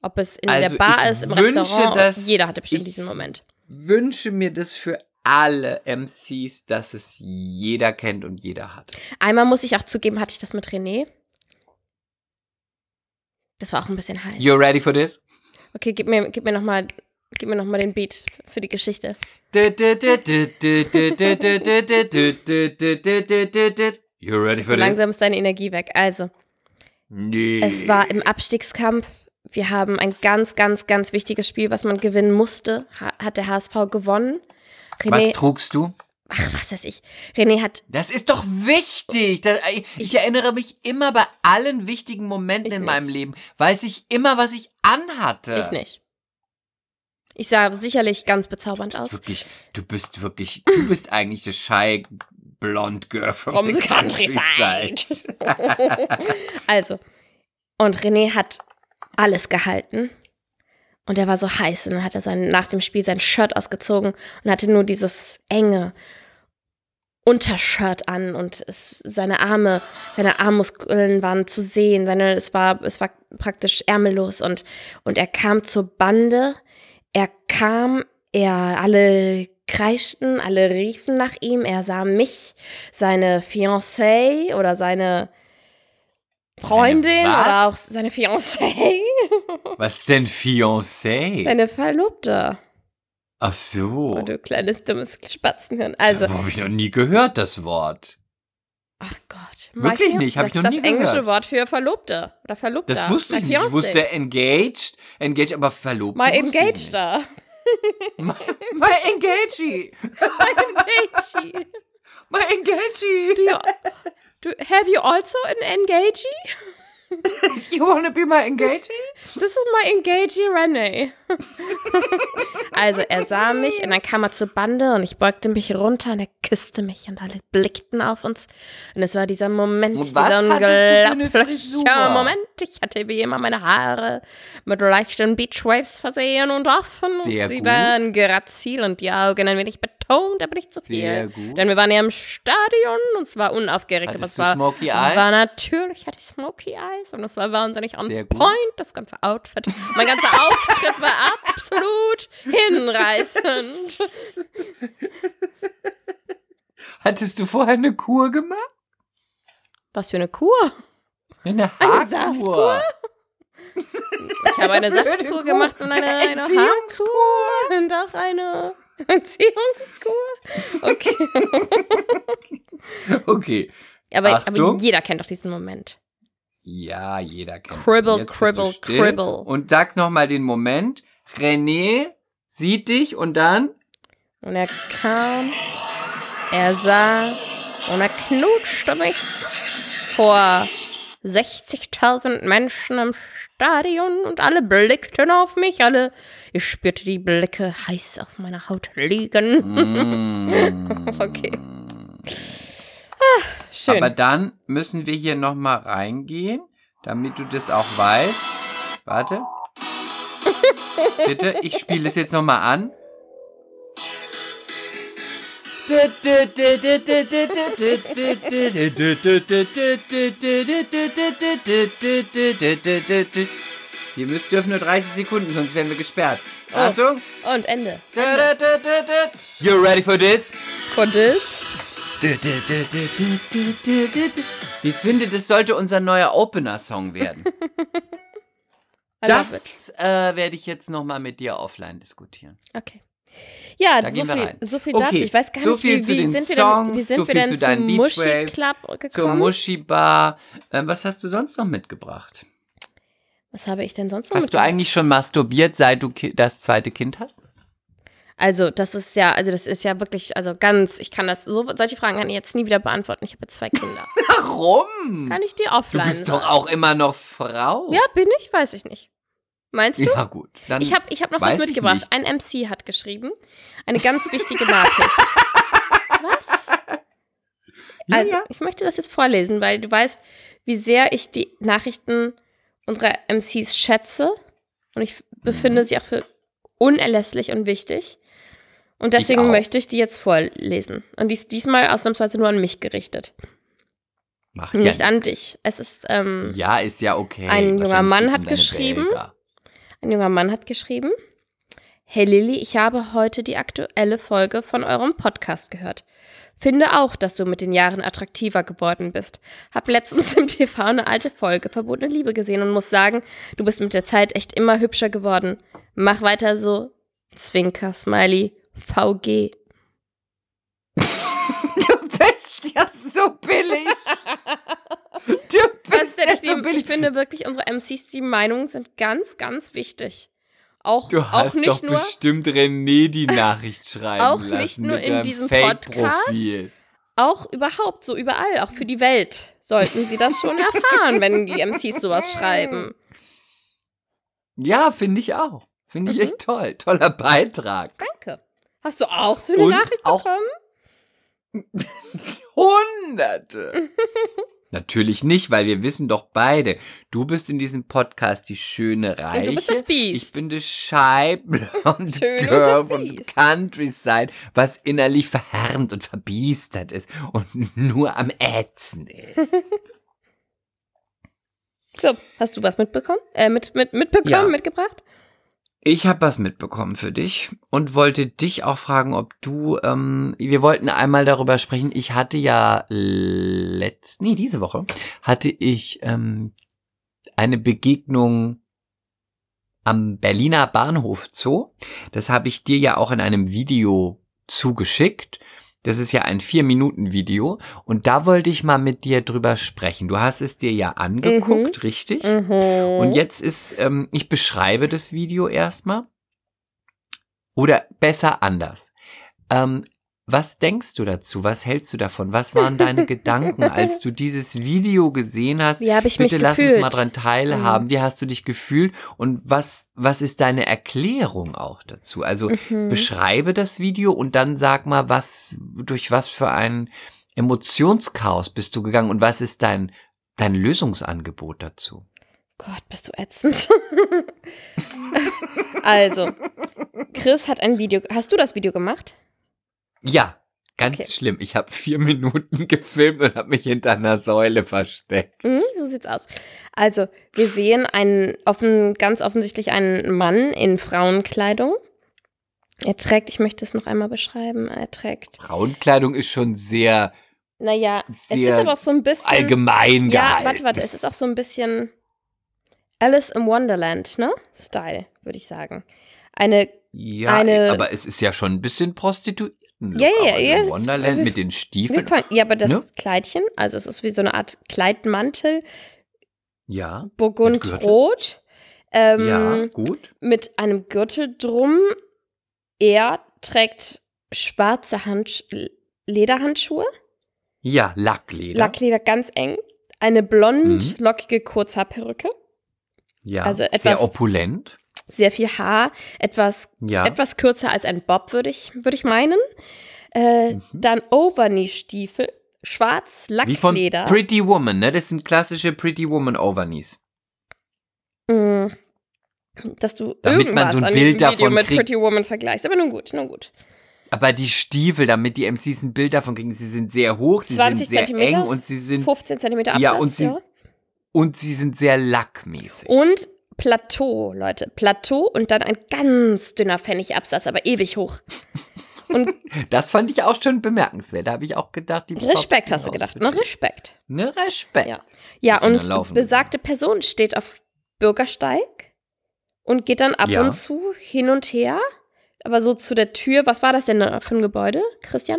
[SPEAKER 2] Ob es in
[SPEAKER 3] Also
[SPEAKER 2] der Bar
[SPEAKER 3] ich
[SPEAKER 2] ist, im
[SPEAKER 3] wünsche,
[SPEAKER 2] Restaurant,
[SPEAKER 3] dass
[SPEAKER 2] jeder hatte bestimmt
[SPEAKER 3] ich-
[SPEAKER 2] diesen Moment.
[SPEAKER 3] Wünsche mir das für alle MCs, dass es jeder kennt und jeder hat.
[SPEAKER 2] Einmal muss ich auch zugeben, hatte ich das mit René. Das war auch ein bisschen heiß.
[SPEAKER 3] You're ready for this?
[SPEAKER 2] Okay, gib mir, gib mir nochmal gib mir noch mal den Beat für die Geschichte.
[SPEAKER 3] You're ready
[SPEAKER 2] So
[SPEAKER 3] for
[SPEAKER 2] langsam
[SPEAKER 3] this?
[SPEAKER 2] ist deine Energie weg. Also,
[SPEAKER 3] Nee.
[SPEAKER 2] es war im Abstiegskampf. Wir haben ein ganz, ganz, ganz wichtiges Spiel, was man gewinnen musste, ha- hat der HSV gewonnen.
[SPEAKER 3] Was
[SPEAKER 2] René,
[SPEAKER 3] trugst du?
[SPEAKER 2] ach, was weiß ich. René hat,
[SPEAKER 3] Das ist doch wichtig. Das, ich, ich erinnere mich immer bei allen wichtigen Momenten
[SPEAKER 2] Ich
[SPEAKER 3] in
[SPEAKER 2] nicht.
[SPEAKER 3] meinem Leben. Weiß ich immer, was ich anhatte.
[SPEAKER 2] ich nicht. Ich sah sicherlich ganz bezaubernd
[SPEAKER 3] Du bist
[SPEAKER 2] aus.
[SPEAKER 3] wirklich, du bist wirklich, du bist eigentlich das shy blond girl from,
[SPEAKER 2] From
[SPEAKER 3] the
[SPEAKER 2] the countryside.
[SPEAKER 3] countryside.
[SPEAKER 2] Also, und René hat alles gehalten. Und er war so heiß. Und dann hat er sein, nach dem Spiel sein Shirt ausgezogen und hatte nur dieses enge Untershirt an. Und es, seine Arme, seine Armmuskeln waren zu sehen. Seine, es, war, es war praktisch ärmellos. Und, und er kam zur Bande. Er kam, er alle kreischten, alle riefen nach ihm. Er sah mich, seine Fiancée oder seine Freundin
[SPEAKER 3] was?
[SPEAKER 2] oder auch seine Fiancée,
[SPEAKER 3] Was denn Fiancé?
[SPEAKER 2] seine Verlobte.
[SPEAKER 3] Ach
[SPEAKER 2] Oh,
[SPEAKER 3] so.
[SPEAKER 2] du kleines dummes Spatzenhirn. Also,
[SPEAKER 3] Wo habe ich noch nie gehört, das Wort.
[SPEAKER 2] ach Gott.
[SPEAKER 3] Wirklich
[SPEAKER 2] Maria,
[SPEAKER 3] nicht, hab
[SPEAKER 2] das
[SPEAKER 3] ich noch
[SPEAKER 2] ist
[SPEAKER 3] nie
[SPEAKER 2] das englische
[SPEAKER 3] gehört.
[SPEAKER 2] Wort für Verlobte oder Verlobter.
[SPEAKER 3] Das wusste
[SPEAKER 2] My
[SPEAKER 3] ich nicht. Ich
[SPEAKER 2] fiancé.
[SPEAKER 3] wusste engaged, engaged, aber verlobt.
[SPEAKER 2] My
[SPEAKER 3] wusste ich nicht.
[SPEAKER 2] engaged da.
[SPEAKER 3] My, my engagee.
[SPEAKER 2] My engagee.
[SPEAKER 3] My engagee.
[SPEAKER 2] Ja. Du, have you also an engagee?
[SPEAKER 3] You wanna be my engagee?
[SPEAKER 2] This is my engagee René. also er sah mich und dann kam er zur Bande und ich beugte mich runter und er küsste mich und alle blickten auf uns. Und es war dieser Moment,
[SPEAKER 3] Und was
[SPEAKER 2] dieser
[SPEAKER 3] hattest du für eine
[SPEAKER 2] unglaubliche
[SPEAKER 3] Frisur?
[SPEAKER 2] Moment. Ich hatte wie immer meine Haare mit leichten Beachwaves versehen und offen.
[SPEAKER 3] Sehr
[SPEAKER 2] und sie
[SPEAKER 3] gut.
[SPEAKER 2] waren grazil und die Augen ein wenig betont, aber nicht zu viel.
[SPEAKER 3] Sehr gut.
[SPEAKER 2] Denn wir waren ja im Stadion und es war unaufgeregt. aber es
[SPEAKER 3] Hattest du
[SPEAKER 2] war,
[SPEAKER 3] Smoky
[SPEAKER 2] es war
[SPEAKER 3] Eyes?
[SPEAKER 2] natürlich, hatte ich Smoky Eyes und das war wahnsinnig on
[SPEAKER 3] Sehr gut.
[SPEAKER 2] point, das ganze Outfit. Mein ganzer Auftritt war absolut hinreißend.
[SPEAKER 3] Hattest du vorher eine Kur gemacht?
[SPEAKER 2] Was für eine Kur.
[SPEAKER 3] Eine
[SPEAKER 2] Eine
[SPEAKER 3] Haarkur.
[SPEAKER 2] Ich habe eine
[SPEAKER 3] Blöde
[SPEAKER 2] Saftkur
[SPEAKER 3] Kur.
[SPEAKER 2] gemacht und eine, eine Haarkur
[SPEAKER 3] Entziehungskur.
[SPEAKER 2] und auch eine Entziehungskur. Okay.
[SPEAKER 3] Okay.
[SPEAKER 2] Aber, aber
[SPEAKER 3] Achtung.
[SPEAKER 2] jeder kennt doch diesen Moment.
[SPEAKER 3] Ja, jeder kennt
[SPEAKER 2] Cribble,
[SPEAKER 3] es. Jetzt bist
[SPEAKER 2] cribble,
[SPEAKER 3] du still
[SPEAKER 2] cribble.
[SPEAKER 3] Und sag nochmal den Moment. René sieht dich und dann.
[SPEAKER 2] Und er kam, er sah und er knutschte mich vor 60.000 Menschen im Stadion und alle blickten auf mich, alle. Ich spürte die Blicke heiß auf meiner Haut liegen.
[SPEAKER 3] Mm.
[SPEAKER 2] Okay. Ah, Schön.
[SPEAKER 3] Aber dann müssen wir hier nochmal reingehen, damit du das auch weißt. Warte. Bitte, ich spiele es jetzt nochmal an. Wir müssen, dürfen nur 30 Sekunden, sonst werden wir gesperrt.
[SPEAKER 2] Oh.
[SPEAKER 3] Achtung!
[SPEAKER 2] und Ende.
[SPEAKER 3] You're ready for this?
[SPEAKER 2] For this?
[SPEAKER 3] Ich finde, das sollte unser neuer Opener-Song werden.
[SPEAKER 2] I love it.
[SPEAKER 3] Das äh, werde ich jetzt nochmal mit dir offline diskutieren.
[SPEAKER 2] Okay. Ja,
[SPEAKER 3] Da
[SPEAKER 2] so,
[SPEAKER 3] gehen wir
[SPEAKER 2] viel,
[SPEAKER 3] rein.
[SPEAKER 2] so viel
[SPEAKER 3] Okay,
[SPEAKER 2] dazu. Ich weiß gar nicht,
[SPEAKER 3] so viel
[SPEAKER 2] wie,
[SPEAKER 3] zu
[SPEAKER 2] wie,
[SPEAKER 3] den
[SPEAKER 2] sind wir denn, wie
[SPEAKER 3] Songs,
[SPEAKER 2] sind
[SPEAKER 3] so
[SPEAKER 2] wir
[SPEAKER 3] viel
[SPEAKER 2] denn
[SPEAKER 3] zu deinen
[SPEAKER 2] zum
[SPEAKER 3] Beach
[SPEAKER 2] Muschi
[SPEAKER 3] Waves,
[SPEAKER 2] Club
[SPEAKER 3] Zur
[SPEAKER 2] gekommen?
[SPEAKER 3] Muschi-Bar. Ähm, was hast du sonst noch mitgebracht?
[SPEAKER 2] Was habe ich denn sonst noch
[SPEAKER 3] Hast du
[SPEAKER 2] mitgebracht?
[SPEAKER 3] eigentlich schon masturbiert, seit du ki das zweite Kind hast?
[SPEAKER 2] Also, das ist ja, also das ist ja wirklich, also ganz, ich kann das, so, solche Fragen kann ich jetzt nie wieder beantworten. Ich habe zwei Kinder.
[SPEAKER 3] Warum?
[SPEAKER 2] kann ich die
[SPEAKER 3] Du
[SPEAKER 2] offline?
[SPEAKER 3] bist doch auch immer noch Frau.
[SPEAKER 2] ja, bin ich? Weiß ich nicht. Meinst du?
[SPEAKER 3] Ja, gut. Dann
[SPEAKER 2] Ich habe ich hab noch
[SPEAKER 3] weiß
[SPEAKER 2] was
[SPEAKER 3] ich
[SPEAKER 2] mitgebracht.
[SPEAKER 3] nicht.
[SPEAKER 2] Ein MC hat geschrieben. Eine ganz wichtige Nachricht. was?
[SPEAKER 3] Ja,
[SPEAKER 2] also,
[SPEAKER 3] ja.
[SPEAKER 2] ich möchte das jetzt vorlesen, weil du weißt, wie sehr ich die Nachrichten unserer MCs schätze. Und ich
[SPEAKER 3] Mhm.
[SPEAKER 2] befinde sie auch für unerlässlich und wichtig. Und
[SPEAKER 3] Ich auch.
[SPEAKER 2] deswegen möchte ich die jetzt vorlesen. Und dies diesmal ausnahmsweise nur an mich gerichtet.
[SPEAKER 3] Macht
[SPEAKER 2] Nicht
[SPEAKER 3] ja
[SPEAKER 2] an
[SPEAKER 3] nix.
[SPEAKER 2] dich. Es ist, ähm,
[SPEAKER 3] Ja, ist ja okay.
[SPEAKER 2] Ein junger
[SPEAKER 3] Wahrscheinlich
[SPEAKER 2] Mann
[SPEAKER 3] geht's
[SPEAKER 2] hat
[SPEAKER 3] um deine
[SPEAKER 2] geschrieben.
[SPEAKER 3] Belger.
[SPEAKER 2] Ein junger Mann hat geschrieben: Hey Lilly, ich habe heute die aktuelle Folge von eurem Podcast gehört. Finde auch, dass du mit den Jahren attraktiver geworden bist. Hab letztens im TV eine alte Folge Verbotene Liebe gesehen und muss sagen, du bist mit der Zeit echt immer hübscher geworden. Mach weiter so. Zwinker, Smiley, VG.
[SPEAKER 3] Du bist ja so billig. Du
[SPEAKER 2] Das
[SPEAKER 3] bist ja
[SPEAKER 2] ist
[SPEAKER 3] so
[SPEAKER 2] die, Also, ich
[SPEAKER 3] billig.
[SPEAKER 2] finde wirklich, unsere MCs, die Meinungen sind ganz, ganz wichtig. Auch,
[SPEAKER 3] Du
[SPEAKER 2] auch
[SPEAKER 3] hast doch
[SPEAKER 2] nicht nur.
[SPEAKER 3] bestimmt René die Nachricht schreiben
[SPEAKER 2] Auch
[SPEAKER 3] lassen
[SPEAKER 2] nicht nur
[SPEAKER 3] mit
[SPEAKER 2] in
[SPEAKER 3] deinem
[SPEAKER 2] diesem
[SPEAKER 3] Fake-Profil.
[SPEAKER 2] Auch überhaupt, so überall, auch für die Welt, sollten sie das schon erfahren, wenn die MCs sowas schreiben.
[SPEAKER 3] Ja, finde ich auch. Finde ich
[SPEAKER 2] Mhm.
[SPEAKER 3] echt toll. Toller Beitrag.
[SPEAKER 2] Danke. Hast du auch so eine
[SPEAKER 3] Und
[SPEAKER 2] Nachricht
[SPEAKER 3] auch-
[SPEAKER 2] bekommen?
[SPEAKER 3] Hunderte. Natürlich nicht, weil wir wissen doch beide, du bist in diesem Podcast die schöne Reiche.
[SPEAKER 2] Und du bist das
[SPEAKER 3] Ich
[SPEAKER 2] Biest.
[SPEAKER 3] bin die Scheibe und
[SPEAKER 2] Schön und
[SPEAKER 3] Girl
[SPEAKER 2] das
[SPEAKER 3] und
[SPEAKER 2] Biest.
[SPEAKER 3] Countryside, was innerlich verhärmt und verbiestert ist und nur am Ätzen ist.
[SPEAKER 2] So, hast du was mitbekommen? Äh, mit, mit, mitbekommen,
[SPEAKER 3] Ja.
[SPEAKER 2] mitgebracht?
[SPEAKER 3] Ich habe was mitbekommen für dich und wollte dich auch fragen, ob du, ähm, wir wollten einmal darüber sprechen. Ich hatte ja letzt, nee, diese Woche hatte ich ähm, eine Begegnung am Berliner Bahnhof Zoo. Das habe ich dir ja auch in einem Video zugeschickt. Das ist ja ein vier Minuten Video und da wollte ich mal mit dir drüber sprechen. Du hast es dir ja angeguckt, richtig?
[SPEAKER 2] Mhm.
[SPEAKER 3] Und jetzt ist, ähm, ich beschreibe das Video erstmal. Oder besser anders. Ähm, was denkst du dazu? Was hältst du davon? Was waren deine Gedanken, als du dieses Video gesehen hast?
[SPEAKER 2] Wie habe ich
[SPEAKER 3] Bitte
[SPEAKER 2] mich
[SPEAKER 3] lass
[SPEAKER 2] gefühlt? Mhm.
[SPEAKER 3] uns mal dran teilhaben. Wie hast du dich gefühlt? Und was, was ist deine Erklärung auch dazu? Also
[SPEAKER 2] Mhm.
[SPEAKER 3] beschreibe das Video und dann sag mal, was, durch was für ein Emotionschaos bist du gegangen und was ist dein, dein Lösungsangebot dazu?
[SPEAKER 2] Gott, bist du ätzend. also, Chris hat ein Video. Hast du das Video gemacht?
[SPEAKER 3] Ja, ganz
[SPEAKER 2] Okay.
[SPEAKER 3] schlimm. Ich habe vier Minuten gefilmt und habe mich hinter einer Säule versteckt.
[SPEAKER 2] Mhm, so sieht's aus. Also, wir sehen einen offen, ganz offensichtlich einen Mann in Frauenkleidung. Er trägt, ich möchte es noch einmal beschreiben, er trägt.
[SPEAKER 3] Frauenkleidung ist schon sehr
[SPEAKER 2] Naja,
[SPEAKER 3] Sehr
[SPEAKER 2] es ist aber auch so ein bisschen.
[SPEAKER 3] allgemein
[SPEAKER 2] Hm. ja,
[SPEAKER 3] gehalten.
[SPEAKER 2] warte, warte, es ist auch so ein bisschen Alice im Wonderland, ne? Style, würde ich sagen. Eine,
[SPEAKER 3] Ja,
[SPEAKER 2] Eine-
[SPEAKER 3] aber es ist ja schon ein bisschen Prostituierten.
[SPEAKER 2] Ja, ja,
[SPEAKER 3] also
[SPEAKER 2] ja, das-
[SPEAKER 3] Wonderland
[SPEAKER 2] wir-
[SPEAKER 3] mit den
[SPEAKER 2] wir
[SPEAKER 3] Stiefeln.
[SPEAKER 2] fangen, ja, aber das
[SPEAKER 3] Ne?
[SPEAKER 2] Kleidchen, also es ist wie so eine Art Kleidmantel,
[SPEAKER 3] Ja, Gürtel?
[SPEAKER 2] burgundrot. Ähm,
[SPEAKER 3] ja, gut.
[SPEAKER 2] mit einem Gürtel drum. Er trägt schwarze Handsch Lederhandschuhe,
[SPEAKER 3] Ja, Lackleder.
[SPEAKER 2] Lackleder ganz eng, eine blond
[SPEAKER 3] Mhm.
[SPEAKER 2] lockige Kurzhaarperücke,
[SPEAKER 3] ja,
[SPEAKER 2] also etwas-
[SPEAKER 3] sehr opulent.
[SPEAKER 2] sehr viel Haar, etwas,
[SPEAKER 3] Ja.
[SPEAKER 2] etwas kürzer als ein Bob, würde ich, würde ich meinen. Äh,
[SPEAKER 3] Mhm.
[SPEAKER 2] Dann Overknee-Stiefel, schwarz,
[SPEAKER 3] Wie von
[SPEAKER 2] Lackleder.
[SPEAKER 3] Pretty Woman, ne? Das sind klassische Pretty Woman Overnies.
[SPEAKER 2] Mm. Dass du
[SPEAKER 3] Damit man
[SPEAKER 2] irgendwas
[SPEAKER 3] so ein
[SPEAKER 2] an
[SPEAKER 3] Bild
[SPEAKER 2] diesem Video
[SPEAKER 3] davon
[SPEAKER 2] mit
[SPEAKER 3] kriegt.
[SPEAKER 2] Pretty Woman vergleichst. Aber nun gut, nun gut.
[SPEAKER 3] Aber die Stiefel, damit die MCs ein Bild davon kriegen, sie sind sehr hoch, sie
[SPEAKER 2] 20
[SPEAKER 3] sind sehr
[SPEAKER 2] Zentimeter?
[SPEAKER 3] eng und sie sind
[SPEAKER 2] 15 Zentimeter Absatz.
[SPEAKER 3] Ja, und sie- Und sie sind sehr lackmäßig.
[SPEAKER 2] Und Plateau, Leute. Plateau und dann ein ganz dünner Pfennigabsatz, aber ewig hoch. Und
[SPEAKER 3] Das fand ich auch schon bemerkenswert. Da habe ich auch gedacht, die
[SPEAKER 2] Respekt hast du
[SPEAKER 3] braucht
[SPEAKER 2] gedacht,
[SPEAKER 3] man
[SPEAKER 2] ne? Respekt.
[SPEAKER 3] Ne, Respekt.
[SPEAKER 2] Ja. Ja,
[SPEAKER 3] Bisschen
[SPEAKER 2] und
[SPEAKER 3] erlaufen.
[SPEAKER 2] besagte Person steht auf Bürgersteig und geht dann ab
[SPEAKER 3] Ja.
[SPEAKER 2] und zu hin und her Aber so zu der Tür, was war das denn für ein Gebäude, Christian?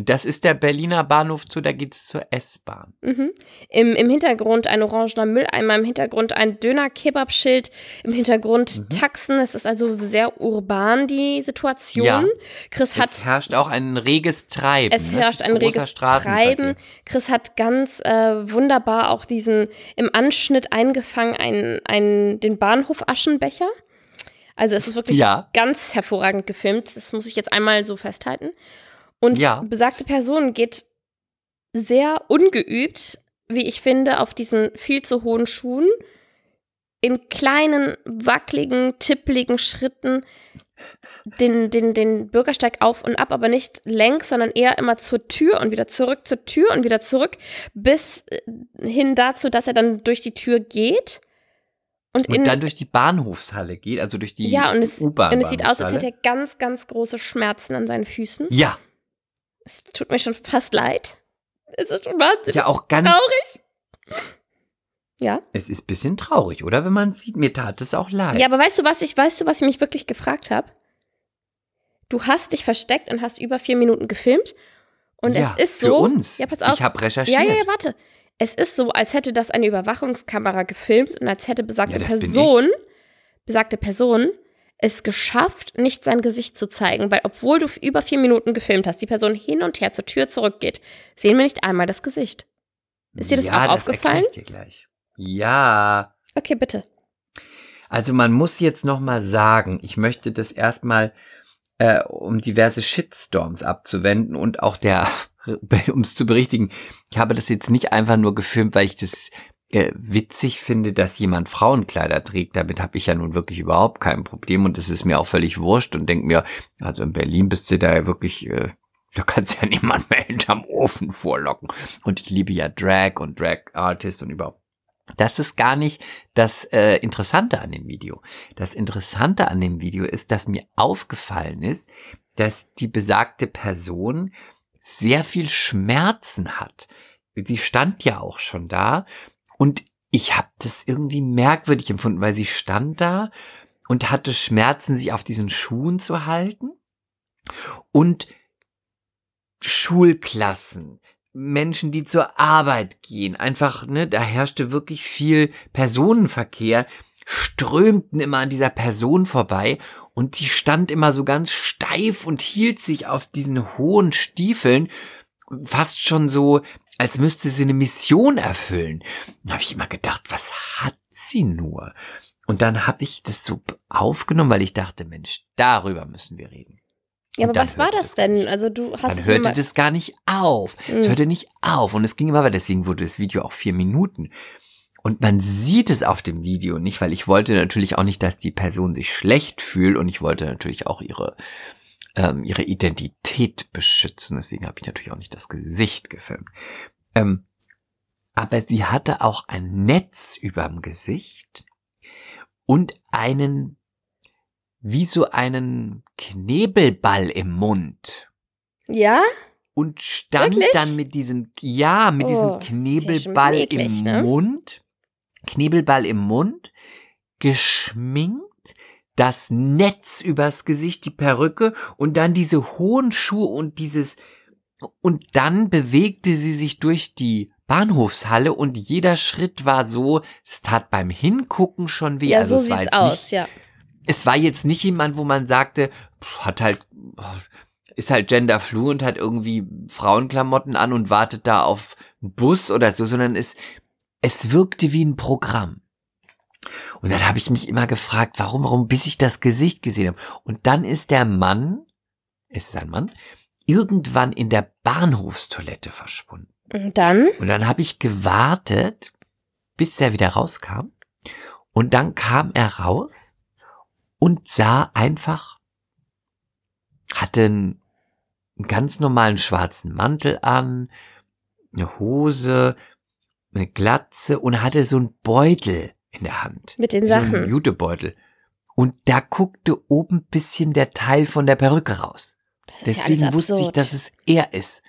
[SPEAKER 3] Das ist der Berliner Bahnhof zu, da geht's zur S-Bahn.
[SPEAKER 2] Mhm. Im, Im Hintergrund ein orangener Mülleimer, im Hintergrund ein Döner-Kebab-Schild, im Hintergrund
[SPEAKER 3] Mhm.
[SPEAKER 2] Taxen. Es ist also sehr urban, die Situation.
[SPEAKER 3] Ja.
[SPEAKER 2] Chris hat
[SPEAKER 3] Es herrscht auch ein reges Treiben.
[SPEAKER 2] Es
[SPEAKER 3] Das
[SPEAKER 2] herrscht
[SPEAKER 3] ist
[SPEAKER 2] ein
[SPEAKER 3] großer
[SPEAKER 2] reges
[SPEAKER 3] Straßenverkehr.
[SPEAKER 2] Treiben. Chris hat ganz äh, wunderbar auch diesen im Anschnitt eingefangen, einen, einen, den Bahnhof Aschenbecher. Also es ist wirklich
[SPEAKER 3] Ja.
[SPEAKER 2] ganz hervorragend gefilmt. Das muss ich jetzt einmal so festhalten. Und
[SPEAKER 3] Ja.
[SPEAKER 2] besagte Person geht sehr ungeübt, wie ich finde, auf diesen viel zu hohen Schuhen in kleinen, wackeligen, tippligen Schritten den, den, den Bürgersteig auf und ab, aber nicht längs, sondern eher immer zur Tür und wieder zurück, zur Tür und wieder zurück, bis äh, hin dazu, dass er dann durch die Tür geht und, in,
[SPEAKER 3] Und dann durch die Bahnhofshalle geht, also durch die
[SPEAKER 2] Ja, und es-
[SPEAKER 3] U-Bahn.
[SPEAKER 2] und es sieht aus, als hätte
[SPEAKER 3] Bahnhofshalle.
[SPEAKER 2] er ganz, ganz große Schmerzen an seinen Füßen.
[SPEAKER 3] Ja,
[SPEAKER 2] Es tut mir schon fast leid. Es ist schon wahnsinnig.
[SPEAKER 3] ja, auch ganz.
[SPEAKER 2] Traurig? Ja.
[SPEAKER 3] Es ist ein bisschen traurig, oder? Wenn man es sieht, mir tat es auch leid.
[SPEAKER 2] Ja, aber weißt du was, ich weißt du, was ich mich wirklich gefragt habe? Du hast dich versteckt und hast über vier Minuten gefilmt. Und
[SPEAKER 3] Ja,
[SPEAKER 2] es ist
[SPEAKER 3] für
[SPEAKER 2] so.
[SPEAKER 3] uns.
[SPEAKER 2] Ja, pass auf.
[SPEAKER 3] Ich habe recherchiert.
[SPEAKER 2] ja, ja, ja, warte. Es ist so, als hätte das eine Überwachungskamera gefilmt und als hätte besagte
[SPEAKER 3] Ja, das bin
[SPEAKER 2] Person, besagte Person, es geschafft, nicht sein Gesicht zu zeigen, weil obwohl du über vier Minuten gefilmt hast, die Person hin und her zur Tür zurückgeht, sehen wir nicht einmal das Gesicht. Ist dir das
[SPEAKER 3] ja,
[SPEAKER 2] auch
[SPEAKER 3] das erkläre
[SPEAKER 2] aufgefallen?
[SPEAKER 3] Ich dir gleich. Ja.
[SPEAKER 2] Okay, bitte.
[SPEAKER 3] Also man muss jetzt nochmal sagen, ich möchte das erstmal, äh, um diverse Shitstorms abzuwenden und auch der, um es zu berichtigen, ich habe das jetzt nicht einfach nur gefilmt, weil ich das äh, witzig finde, dass jemand Frauenkleider trägt. Damit habe ich ja nun wirklich überhaupt kein Problem und es ist mir auch völlig wurscht und denke mir, also in Berlin bist du da ja wirklich, äh, da kannst ja niemand mehr hinterm Ofen vorlocken. Und ich liebe ja Drag und Drag Artist und überhaupt. Das ist gar nicht das äh, Interessante an dem Video. Das Interessante an dem Video ist, dass mir aufgefallen ist, dass die besagte Person sehr viel Schmerzen hat. Sie stand ja auch schon da und ich habe das irgendwie merkwürdig empfunden, weil sie stand da und hatte Schmerzen, sich auf diesen Schuhen zu halten und Schulklassen, Menschen, die zur Arbeit gehen, einfach, ne, da herrschte wirklich viel Personenverkehr, strömten immer an dieser Person vorbei und sie stand immer so ganz steif und hielt sich auf diesen hohen Stiefeln, fast schon so, als müsste sie eine Mission erfüllen. Da habe ich immer gedacht, was hat sie nur? Und dann habe ich das so aufgenommen, weil ich dachte, Mensch, darüber müssen wir reden.
[SPEAKER 2] Ja,
[SPEAKER 3] Und
[SPEAKER 2] aber
[SPEAKER 3] dann
[SPEAKER 2] was war
[SPEAKER 3] hörte
[SPEAKER 2] das denn?
[SPEAKER 3] gar nicht
[SPEAKER 2] Also du hast
[SPEAKER 3] dann
[SPEAKER 2] es mir
[SPEAKER 3] hörte
[SPEAKER 2] mal-
[SPEAKER 3] das gar nicht auf. Es
[SPEAKER 2] Mhm.
[SPEAKER 3] hörte nicht auf und es ging immer weiter. Deswegen wurde das Video auch vier Minuten. Und man sieht es auf dem Video nicht, weil ich wollte natürlich auch nicht, dass die Person sich schlecht fühlt und ich wollte natürlich auch ihre ähm, ihre Identität beschützen. Deswegen habe ich natürlich auch nicht das Gesicht gefilmt. Ähm, aber sie hatte auch ein Netz überm Gesicht und einen wie so einen Knebelball im Mund
[SPEAKER 2] Ja?
[SPEAKER 3] und stand
[SPEAKER 2] Wirklich?
[SPEAKER 3] dann mit diesem, ja, mit
[SPEAKER 2] Oh,
[SPEAKER 3] diesem
[SPEAKER 2] ist ja schon ein bisschen
[SPEAKER 3] Knebelball
[SPEAKER 2] eklig,
[SPEAKER 3] im
[SPEAKER 2] ne?
[SPEAKER 3] Mund, Knebelball im Mund, geschminkt, das Netz übers Gesicht, die Perücke und dann diese hohen Schuhe und dieses, und dann bewegte sie sich durch die Bahnhofshalle und jeder Schritt war so, es tat beim Hingucken schon weh.
[SPEAKER 2] Ja,
[SPEAKER 3] also
[SPEAKER 2] so
[SPEAKER 3] es war
[SPEAKER 2] sieht's
[SPEAKER 3] jetzt
[SPEAKER 2] aus,
[SPEAKER 3] nicht
[SPEAKER 2] ja.
[SPEAKER 3] es war jetzt nicht jemand, wo man sagte, pff, hat halt, ist halt genderfluent, hat irgendwie Frauenklamotten an und wartet da auf einen Bus oder so, sondern es, es wirkte wie ein Programm. Und dann habe ich mich immer gefragt, warum, warum, bis ich das Gesicht gesehen habe. Und dann ist der Mann, es ist ein Mann, irgendwann in der Bahnhofstoilette verschwunden.
[SPEAKER 2] Und dann?
[SPEAKER 3] Und dann habe ich gewartet, bis er wieder rauskam. Und dann kam er raus und sah einfach, hatte einen, einen ganz normalen schwarzen Mantel an, eine Hose, eine Glatze und hatte so einen Beutel in der Hand.
[SPEAKER 2] Mit den
[SPEAKER 3] Wie So einen
[SPEAKER 2] Sachen.
[SPEAKER 3] Jutebeutel. Und da guckte oben ein bisschen der Teil von der Perücke raus.
[SPEAKER 2] Das ist
[SPEAKER 3] Deswegen
[SPEAKER 2] ja alles
[SPEAKER 3] wusste ich,
[SPEAKER 2] absurd.
[SPEAKER 3] dass es er ist.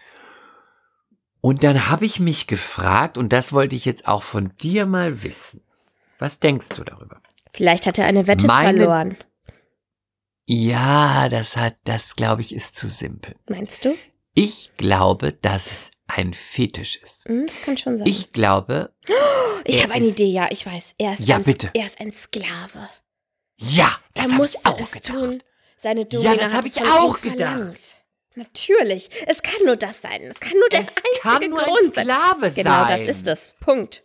[SPEAKER 3] Und dann habe ich mich gefragt, und das wollte ich jetzt auch von dir mal wissen. Was denkst du darüber?
[SPEAKER 2] Vielleicht hat er eine Wette
[SPEAKER 3] Meine-
[SPEAKER 2] verloren.
[SPEAKER 3] Ja, das hat, das glaube ich, ist zu simpel.
[SPEAKER 2] Meinst du?
[SPEAKER 3] Ich glaube, dass es ein Fetisch ist.
[SPEAKER 2] Hm, das kann schon sein.
[SPEAKER 3] Ich glaube,
[SPEAKER 2] ich
[SPEAKER 3] er
[SPEAKER 2] habe eine
[SPEAKER 3] ist-
[SPEAKER 2] Idee, ja, ich weiß. Er ist,
[SPEAKER 3] Ja,
[SPEAKER 2] ein,
[SPEAKER 3] bitte.
[SPEAKER 2] Er ist ein Sklave.
[SPEAKER 3] ja, das
[SPEAKER 2] Er
[SPEAKER 3] hab
[SPEAKER 2] muss
[SPEAKER 3] ich auch
[SPEAKER 2] es
[SPEAKER 3] gedacht.
[SPEAKER 2] tun. Seine
[SPEAKER 3] Ja, das
[SPEAKER 2] hat
[SPEAKER 3] hab
[SPEAKER 2] es
[SPEAKER 3] ich
[SPEAKER 2] von ihm
[SPEAKER 3] auch gedacht.
[SPEAKER 2] verlangt. Natürlich. Es kann nur das sein. Es kann nur der
[SPEAKER 3] Es
[SPEAKER 2] einzige
[SPEAKER 3] kann nur ein
[SPEAKER 2] Grund sein.
[SPEAKER 3] Sklave sein.
[SPEAKER 2] Genau, das ist es. Punkt.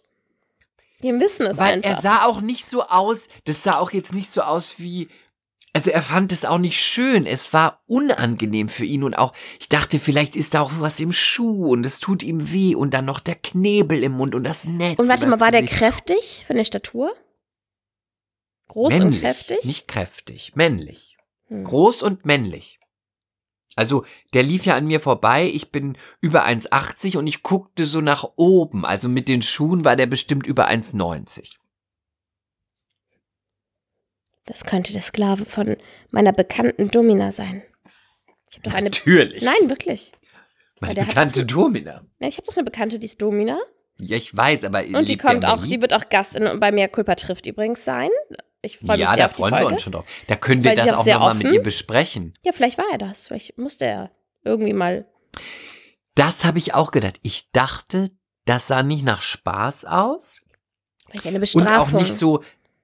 [SPEAKER 2] Wir wissen es
[SPEAKER 3] Weil
[SPEAKER 2] einfach.
[SPEAKER 3] er sah auch nicht so aus, das sah auch jetzt nicht so aus wie, also er fand es auch nicht schön, es war unangenehm für ihn und auch, ich dachte, vielleicht ist da auch was im Schuh und es tut ihm weh und dann noch der Knebel im Mund und das Netz.
[SPEAKER 2] und warte
[SPEAKER 3] übers
[SPEAKER 2] mal, war der
[SPEAKER 3] Gesicht.
[SPEAKER 2] kräftig von der Statur? Groß
[SPEAKER 3] männlich,
[SPEAKER 2] und kräftig?
[SPEAKER 3] Nicht kräftig, männlich.
[SPEAKER 2] Hm.
[SPEAKER 3] Groß und männlich. Also, der lief ja an mir vorbei, ich bin über 1,80 und ich guckte so nach oben, also mit den Schuhen war der bestimmt über 1,90.
[SPEAKER 2] Das könnte der Sklave von meiner bekannten Domina sein. Ich habe doch eine.
[SPEAKER 3] Natürlich.
[SPEAKER 2] Nein, wirklich.
[SPEAKER 3] Meine
[SPEAKER 2] Weil der hat-
[SPEAKER 3] bekannte Domina.
[SPEAKER 2] Nein, ich habe doch eine Bekannte, die ist Domina.
[SPEAKER 3] Ja, ich weiß, aber
[SPEAKER 2] Und die
[SPEAKER 3] lebt der in
[SPEAKER 2] kommt auch,
[SPEAKER 3] Berlin?
[SPEAKER 2] die wird auch Gast in, bei mir Culpa trifft übrigens sein. Ich freue mich
[SPEAKER 3] Ja,
[SPEAKER 2] sehr
[SPEAKER 3] da
[SPEAKER 2] auf die
[SPEAKER 3] freuen wir
[SPEAKER 2] Folge.
[SPEAKER 3] uns schon drauf. Da können wir
[SPEAKER 2] Weil die
[SPEAKER 3] das
[SPEAKER 2] ist auch
[SPEAKER 3] auch
[SPEAKER 2] sehr
[SPEAKER 3] nochmal mit
[SPEAKER 2] offen.
[SPEAKER 3] ihr besprechen.
[SPEAKER 2] Ja, vielleicht war er das. Vielleicht musste er irgendwie mal.
[SPEAKER 3] Das habe ich auch gedacht. Ich dachte, das sah nicht nach Spaß aus
[SPEAKER 2] Vielleicht eine
[SPEAKER 3] und
[SPEAKER 2] Bestrafung.
[SPEAKER 3] auch nicht so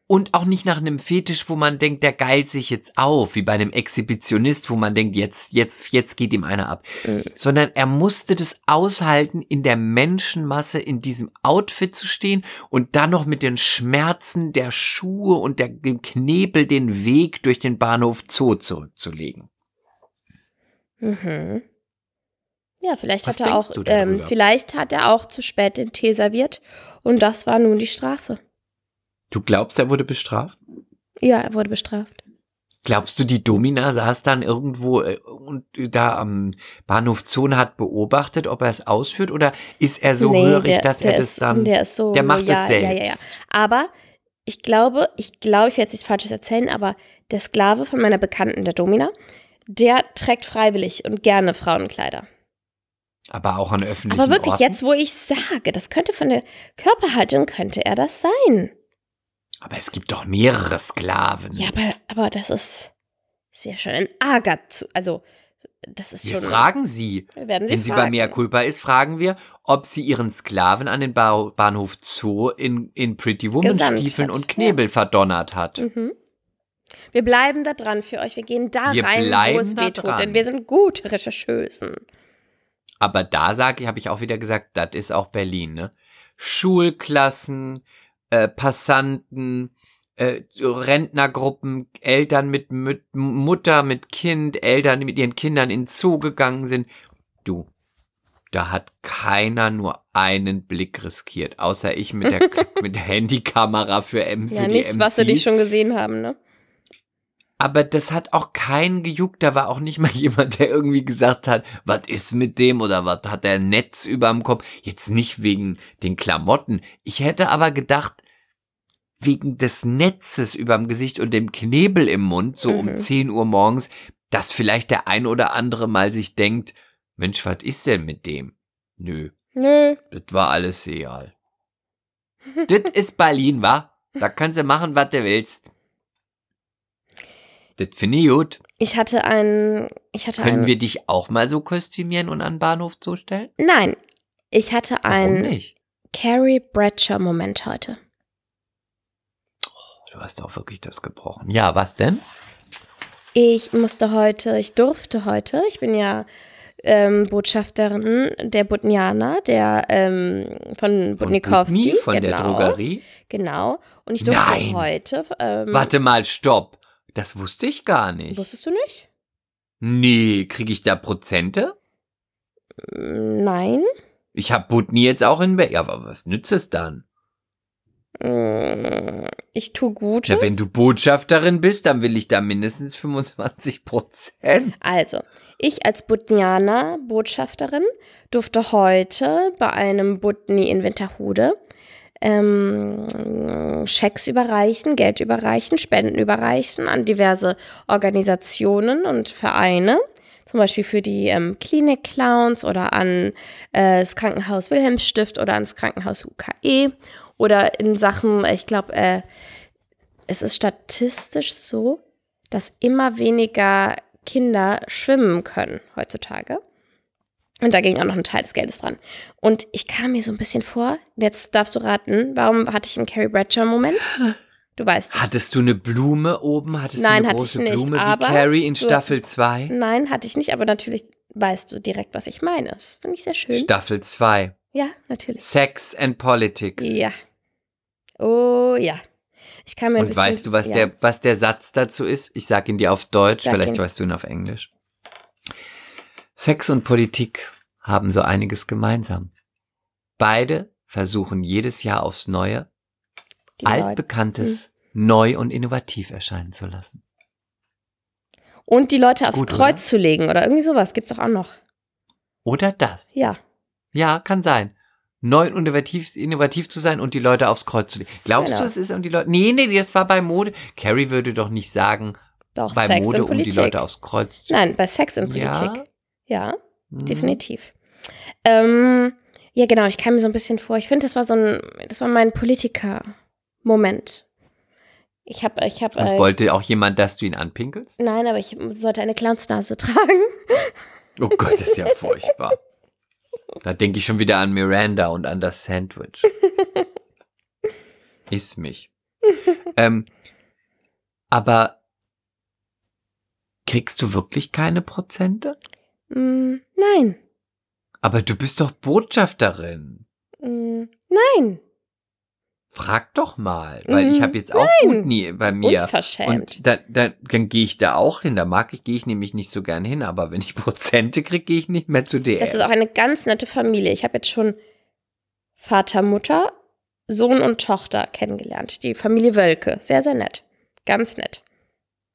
[SPEAKER 3] und auch nicht nach einem Fetisch, wo man denkt, der geilt sich jetzt auf, wie bei einem Exhibitionist, wo man denkt, jetzt jetzt jetzt geht ihm einer ab,
[SPEAKER 2] Mhm.
[SPEAKER 3] sondern er musste das aushalten, in der Menschenmasse in diesem Outfit zu stehen und dann noch mit den Schmerzen der Schuhe und der dem Knebel den Weg durch den Bahnhof Zoo zurückzulegen.
[SPEAKER 2] Mhm. Ja, vielleicht
[SPEAKER 3] Was
[SPEAKER 2] hat er
[SPEAKER 3] denkst
[SPEAKER 2] auch,
[SPEAKER 3] du denn
[SPEAKER 2] ähm,
[SPEAKER 3] darüber?
[SPEAKER 2] vielleicht hat er auch zu spät den Tee serviert und das war nun die Strafe.
[SPEAKER 3] Du glaubst, er wurde bestraft?
[SPEAKER 2] Ja, er wurde bestraft.
[SPEAKER 3] Glaubst du, die Domina saß dann irgendwo äh, und da am Bahnhof Zoon hat beobachtet, ob er es ausführt oder ist er so
[SPEAKER 2] Nee,
[SPEAKER 3] hörig,
[SPEAKER 2] der-
[SPEAKER 3] dass
[SPEAKER 2] der
[SPEAKER 3] er das
[SPEAKER 2] ist,
[SPEAKER 3] dann, der,
[SPEAKER 2] Der, ist so
[SPEAKER 3] macht
[SPEAKER 2] loyal.
[SPEAKER 3] es selbst?
[SPEAKER 2] Ja, ja, ja. Aber ich glaube, ich glaube, ich werde jetzt nichts Falsches erzählen, aber der Sklave von meiner Bekannten, der Domina, der trägt freiwillig und gerne Frauenkleider.
[SPEAKER 3] Aber auch an öffentlichen
[SPEAKER 2] Aber wirklich,
[SPEAKER 3] Orten.
[SPEAKER 2] jetzt, wo ich sage, das könnte von der Körperhaltung, könnte er das
[SPEAKER 3] Hm.
[SPEAKER 2] sein.
[SPEAKER 3] Aber es gibt doch mehrere Sklaven.
[SPEAKER 2] Ja, aber, aber das ist, das wäre schon ein Arger zu, also, das ist
[SPEAKER 3] wir
[SPEAKER 2] schon.
[SPEAKER 3] fragen sie.
[SPEAKER 2] Wir werden sie
[SPEAKER 3] Wenn sie
[SPEAKER 2] fragen.
[SPEAKER 3] bei Mea Culpa ist, fragen wir, ob sie ihren Sklaven an den ba Bahnhof Zoo in, in Pretty Woman
[SPEAKER 2] Gesandt
[SPEAKER 3] Stiefeln
[SPEAKER 2] hat,
[SPEAKER 3] und Knebel verdonnert hat.
[SPEAKER 2] Mhm. Wir bleiben da dran für euch. Wir gehen da
[SPEAKER 3] Wir
[SPEAKER 2] rein, wo
[SPEAKER 3] bleiben
[SPEAKER 2] es
[SPEAKER 3] da
[SPEAKER 2] weh tut,
[SPEAKER 3] dran.
[SPEAKER 2] denn wir sind gute Rechercheusen.
[SPEAKER 3] Aber da sage ich, habe ich auch wieder gesagt, das ist auch Berlin, ne? Schulklassen, äh, Passanten, äh, Rentnergruppen, Eltern mit, mit Mutter, mit Kind, Eltern, die mit ihren Kindern in den Zoo gegangen sind. Du, da hat keiner nur einen Blick riskiert, außer ich mit der, mit der Handykamera für, M für
[SPEAKER 2] Ja,
[SPEAKER 3] die
[SPEAKER 2] nichts, was wir
[SPEAKER 3] MCs.
[SPEAKER 2] dich schon gesehen haben, ne?
[SPEAKER 3] Aber das hat auch keinen gejuckt. Da war auch nicht mal jemand, der irgendwie gesagt hat, was ist mit dem oder was hat der Netz überm Kopf. Jetzt nicht wegen den Klamotten. Ich hätte aber gedacht, wegen des Netzes überm Gesicht und dem Knebel im Mund, so um
[SPEAKER 2] Mhm.
[SPEAKER 3] 10 Uhr morgens, dass vielleicht der ein oder andere mal sich denkt, Mensch, was ist denn mit dem? Nö,
[SPEAKER 2] Nö.
[SPEAKER 3] das war alles egal. das ist Berlin, wa? Da kannst du machen, was du willst. Das finde ich gut.
[SPEAKER 2] Ich hatte einen, ich hatte
[SPEAKER 3] Können
[SPEAKER 2] einen,
[SPEAKER 3] wir dich auch mal so kostümieren und an den Bahnhof zustellen?
[SPEAKER 2] nein, ich hatte
[SPEAKER 3] Warum
[SPEAKER 2] einen
[SPEAKER 3] nicht?
[SPEAKER 2] Carrie Bradshaw-Moment heute.
[SPEAKER 3] Du hast auch wirklich das gebrochen. Ja, was denn?
[SPEAKER 2] Ich musste heute, ich durfte heute, ich bin ja ähm, Botschafterin der Botnianer, der ähm, von
[SPEAKER 3] Von
[SPEAKER 2] Botnikowski.
[SPEAKER 3] Butni, von
[SPEAKER 2] genau,
[SPEAKER 3] der Drogerie?
[SPEAKER 2] Genau. Und ich durfte
[SPEAKER 3] Nein!
[SPEAKER 2] heute. Ähm,
[SPEAKER 3] Warte mal, stopp. Das wusste ich gar nicht.
[SPEAKER 2] Wusstest du nicht?
[SPEAKER 3] Nee, kriege ich da Prozente?
[SPEAKER 2] Mm, Nein.
[SPEAKER 3] Ich habe Butni jetzt auch in Berlin. Ja, aber was nützt es dann?
[SPEAKER 2] Mm, Ich tue Gutes.
[SPEAKER 3] Ja, wenn du Botschafterin bist, dann will ich da mindestens 25 Prozent.
[SPEAKER 2] Also, ich als Butnianer Botschafterin durfte heute bei einem Butni in Winterhude ähm, Schecks überreichen, Geld überreichen, Spenden überreichen an diverse Organisationen und Vereine. Zum Beispiel für die ähm, Klinik-Clowns oder an äh, das Krankenhaus Wilhelmstift oder ans Krankenhaus E UKE oder in Sachen, ich glaube, äh, es ist statistisch so, dass immer weniger Kinder schwimmen können heutzutage. Und da ging auch noch ein Teil des Geldes dran. Und ich kam mir so ein bisschen vor, jetzt darfst du raten, warum hatte ich einen Carrie Bradshaw-Moment? Du weißt es.
[SPEAKER 3] Hattest du eine Blume oben? Hattest
[SPEAKER 2] Nein,
[SPEAKER 3] du eine
[SPEAKER 2] hatte
[SPEAKER 3] große
[SPEAKER 2] ich nicht,
[SPEAKER 3] Blume wie
[SPEAKER 2] aber
[SPEAKER 3] Carrie in
[SPEAKER 2] so-
[SPEAKER 3] Staffel 2?
[SPEAKER 2] Nein, hatte ich nicht, aber natürlich weißt du direkt, was ich meine. Das finde ich sehr schön.
[SPEAKER 3] Staffel 2.
[SPEAKER 2] ja, natürlich.
[SPEAKER 3] Sex and Politics.
[SPEAKER 2] Ja. Oh ja. Ich kann mir ein
[SPEAKER 3] Und
[SPEAKER 2] bisschen,
[SPEAKER 3] weißt du, was,
[SPEAKER 2] ja.
[SPEAKER 3] der, was der Satz dazu ist? Ich sag ihn dir auf Deutsch,
[SPEAKER 2] Sag
[SPEAKER 3] vielleicht
[SPEAKER 2] ihn.
[SPEAKER 3] weißt du ihn auf Englisch. Sex und Politik haben so einiges gemeinsam. Beide versuchen jedes Jahr aufs Neue,
[SPEAKER 2] die Leute. Hm.
[SPEAKER 3] altbekanntes neu und innovativ erscheinen zu lassen.
[SPEAKER 2] Und die Leute aufs
[SPEAKER 3] Gut,
[SPEAKER 2] Kreuz
[SPEAKER 3] oder?
[SPEAKER 2] zu legen oder irgendwie sowas gibt's doch auch noch.
[SPEAKER 3] Oder das.
[SPEAKER 2] Ja.
[SPEAKER 3] Ja, kann sein. Neu und innovativ, innovativ zu sein und die Leute aufs Kreuz zu legen. Glaubst
[SPEAKER 2] Genau.
[SPEAKER 3] du, es ist um die Leute. Nee, nee, das war bei Mode. Carrie würde doch nicht sagen,
[SPEAKER 2] Doch,
[SPEAKER 3] bei
[SPEAKER 2] Sex
[SPEAKER 3] Mode,
[SPEAKER 2] und
[SPEAKER 3] um die
[SPEAKER 2] Politik.
[SPEAKER 3] Leute aufs Kreuz zu
[SPEAKER 2] Nein, bei Sex und
[SPEAKER 3] Ja?
[SPEAKER 2] Politik. Ja,
[SPEAKER 3] Mhm.
[SPEAKER 2] definitiv. Ähm, ja, genau, ich kam mir so ein bisschen vor. Ich finde, das war so ein, das war mein Politiker-Moment. Ich habe, ich habe,
[SPEAKER 3] Und
[SPEAKER 2] äh,
[SPEAKER 3] wollte auch jemand, dass du ihn anpinkelst?
[SPEAKER 2] nein, aber ich sollte eine Clownsnase tragen.
[SPEAKER 3] Oh Gott, das ist ja furchtbar. Da denke ich schon wieder an Miranda und an das Sandwich. Iss mich. Ähm, aber kriegst du wirklich keine Prozente?
[SPEAKER 2] Mm, nein,
[SPEAKER 3] Aber du bist doch Botschafterin.
[SPEAKER 2] mm, nein,
[SPEAKER 3] Frag doch mal, weil ich
[SPEAKER 2] Mhm.
[SPEAKER 3] habe jetzt auch
[SPEAKER 2] Nein.
[SPEAKER 3] Butni bei mir.
[SPEAKER 2] unverschämt.
[SPEAKER 3] Und da, da, dann gehe ich da auch hin. Da mag ich, gehe ich nämlich nicht so gern hin, aber wenn ich Prozente kriege, gehe ich nicht mehr zu dir.
[SPEAKER 2] Das ist auch eine ganz nette Familie. Ich habe jetzt schon Vater, Mutter, Sohn und Tochter kennengelernt. Die Familie Wölke. Sehr, sehr nett. Ganz nett.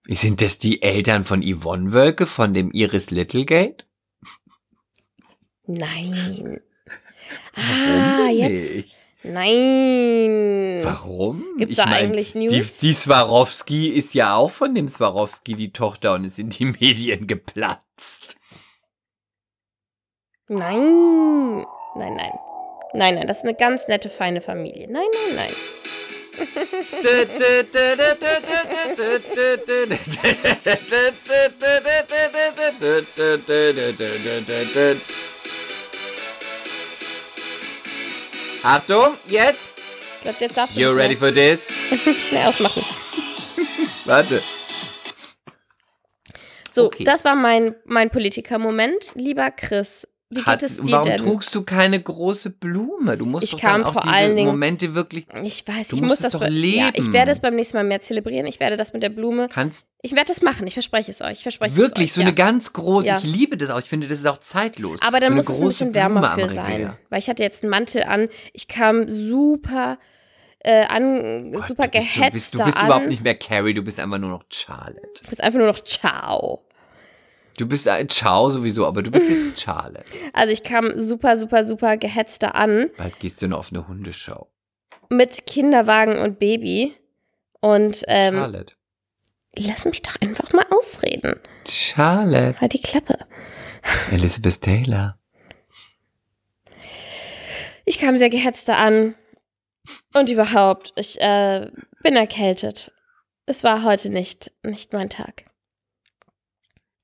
[SPEAKER 3] Sind das die Eltern von Yvonne Wölke von dem Iris Littlegate?
[SPEAKER 2] Nein.
[SPEAKER 3] Warum
[SPEAKER 2] Ah,
[SPEAKER 3] denn
[SPEAKER 2] jetzt.
[SPEAKER 3] nicht?
[SPEAKER 2] Nein.
[SPEAKER 3] Warum?
[SPEAKER 2] Gibt's
[SPEAKER 3] Ich
[SPEAKER 2] da
[SPEAKER 3] mein,
[SPEAKER 2] eigentlich
[SPEAKER 3] Die,
[SPEAKER 2] News?
[SPEAKER 3] die Swarovski ist ja auch von dem Swarovski die Tochter und ist in die Medien geplatzt.
[SPEAKER 2] Nein. Nein, nein. Nein, nein, das ist eine ganz nette, feine Familie. Nein, nein, nein.
[SPEAKER 3] Achtung, jetzt!
[SPEAKER 2] Ich glaube, jetzt darfst du
[SPEAKER 3] You
[SPEAKER 2] nicht
[SPEAKER 3] ready for this?
[SPEAKER 2] mehr. schnell ausmachen.
[SPEAKER 3] Warte.
[SPEAKER 2] So,
[SPEAKER 3] Okay.
[SPEAKER 2] das war mein, mein Politiker-Moment. Lieber Chris, wie geht
[SPEAKER 3] Hat,
[SPEAKER 2] es dir
[SPEAKER 3] warum
[SPEAKER 2] denn?
[SPEAKER 3] trugst du keine große Blume? Du musst
[SPEAKER 2] Ich
[SPEAKER 3] doch
[SPEAKER 2] kam
[SPEAKER 3] dann auch
[SPEAKER 2] vor
[SPEAKER 3] diese
[SPEAKER 2] allen Dingen- Hm?
[SPEAKER 3] Momente wirklich.
[SPEAKER 2] Ich weiß,
[SPEAKER 3] Du
[SPEAKER 2] ich muss
[SPEAKER 3] musst es
[SPEAKER 2] das
[SPEAKER 3] doch
[SPEAKER 2] be- Ja, ich
[SPEAKER 3] leben.
[SPEAKER 2] werde es beim nächsten Mal mehr zelebrieren. Ich werde das mit der Blume.
[SPEAKER 3] Kannst
[SPEAKER 2] Ich werde das machen. Ich verspreche es euch. Ich verspreche
[SPEAKER 3] wirklich
[SPEAKER 2] es
[SPEAKER 3] so
[SPEAKER 2] euch.
[SPEAKER 3] eine ganz große.
[SPEAKER 2] Ja.
[SPEAKER 3] Ich liebe das auch. Ich finde, das ist auch zeitlos.
[SPEAKER 2] ja. Aber dann
[SPEAKER 3] so eine
[SPEAKER 2] muss es ein bisschen wärmer
[SPEAKER 3] Blume am
[SPEAKER 2] für sein,
[SPEAKER 3] Revier.
[SPEAKER 2] weil ich hatte jetzt einen Mantel an. Ich kam super äh, an,
[SPEAKER 3] Gott,
[SPEAKER 2] super
[SPEAKER 3] du bist,
[SPEAKER 2] gehetzt
[SPEAKER 3] Du bist, du
[SPEAKER 2] da
[SPEAKER 3] bist
[SPEAKER 2] an.
[SPEAKER 3] überhaupt nicht mehr Carrie. Du bist einfach nur noch Charlotte.
[SPEAKER 2] ich muss einfach nur noch ciao.
[SPEAKER 3] Du bist äh, Ciao sowieso, aber du bist jetzt Charlotte.
[SPEAKER 2] Also ich kam super, super, super gehetzt da an
[SPEAKER 3] Bald gehst du noch auf eine Hundeshow.
[SPEAKER 2] mit Kinderwagen und Baby. Und ähm,
[SPEAKER 3] Charlotte.
[SPEAKER 2] lass mich doch einfach mal ausreden.
[SPEAKER 3] Charlotte.
[SPEAKER 2] Halt die Klappe.
[SPEAKER 3] Elizabeth Taylor.
[SPEAKER 2] Ich kam sehr gehetzt da an. Und überhaupt, ich äh, bin erkältet. Es war heute nicht, nicht mein Tag.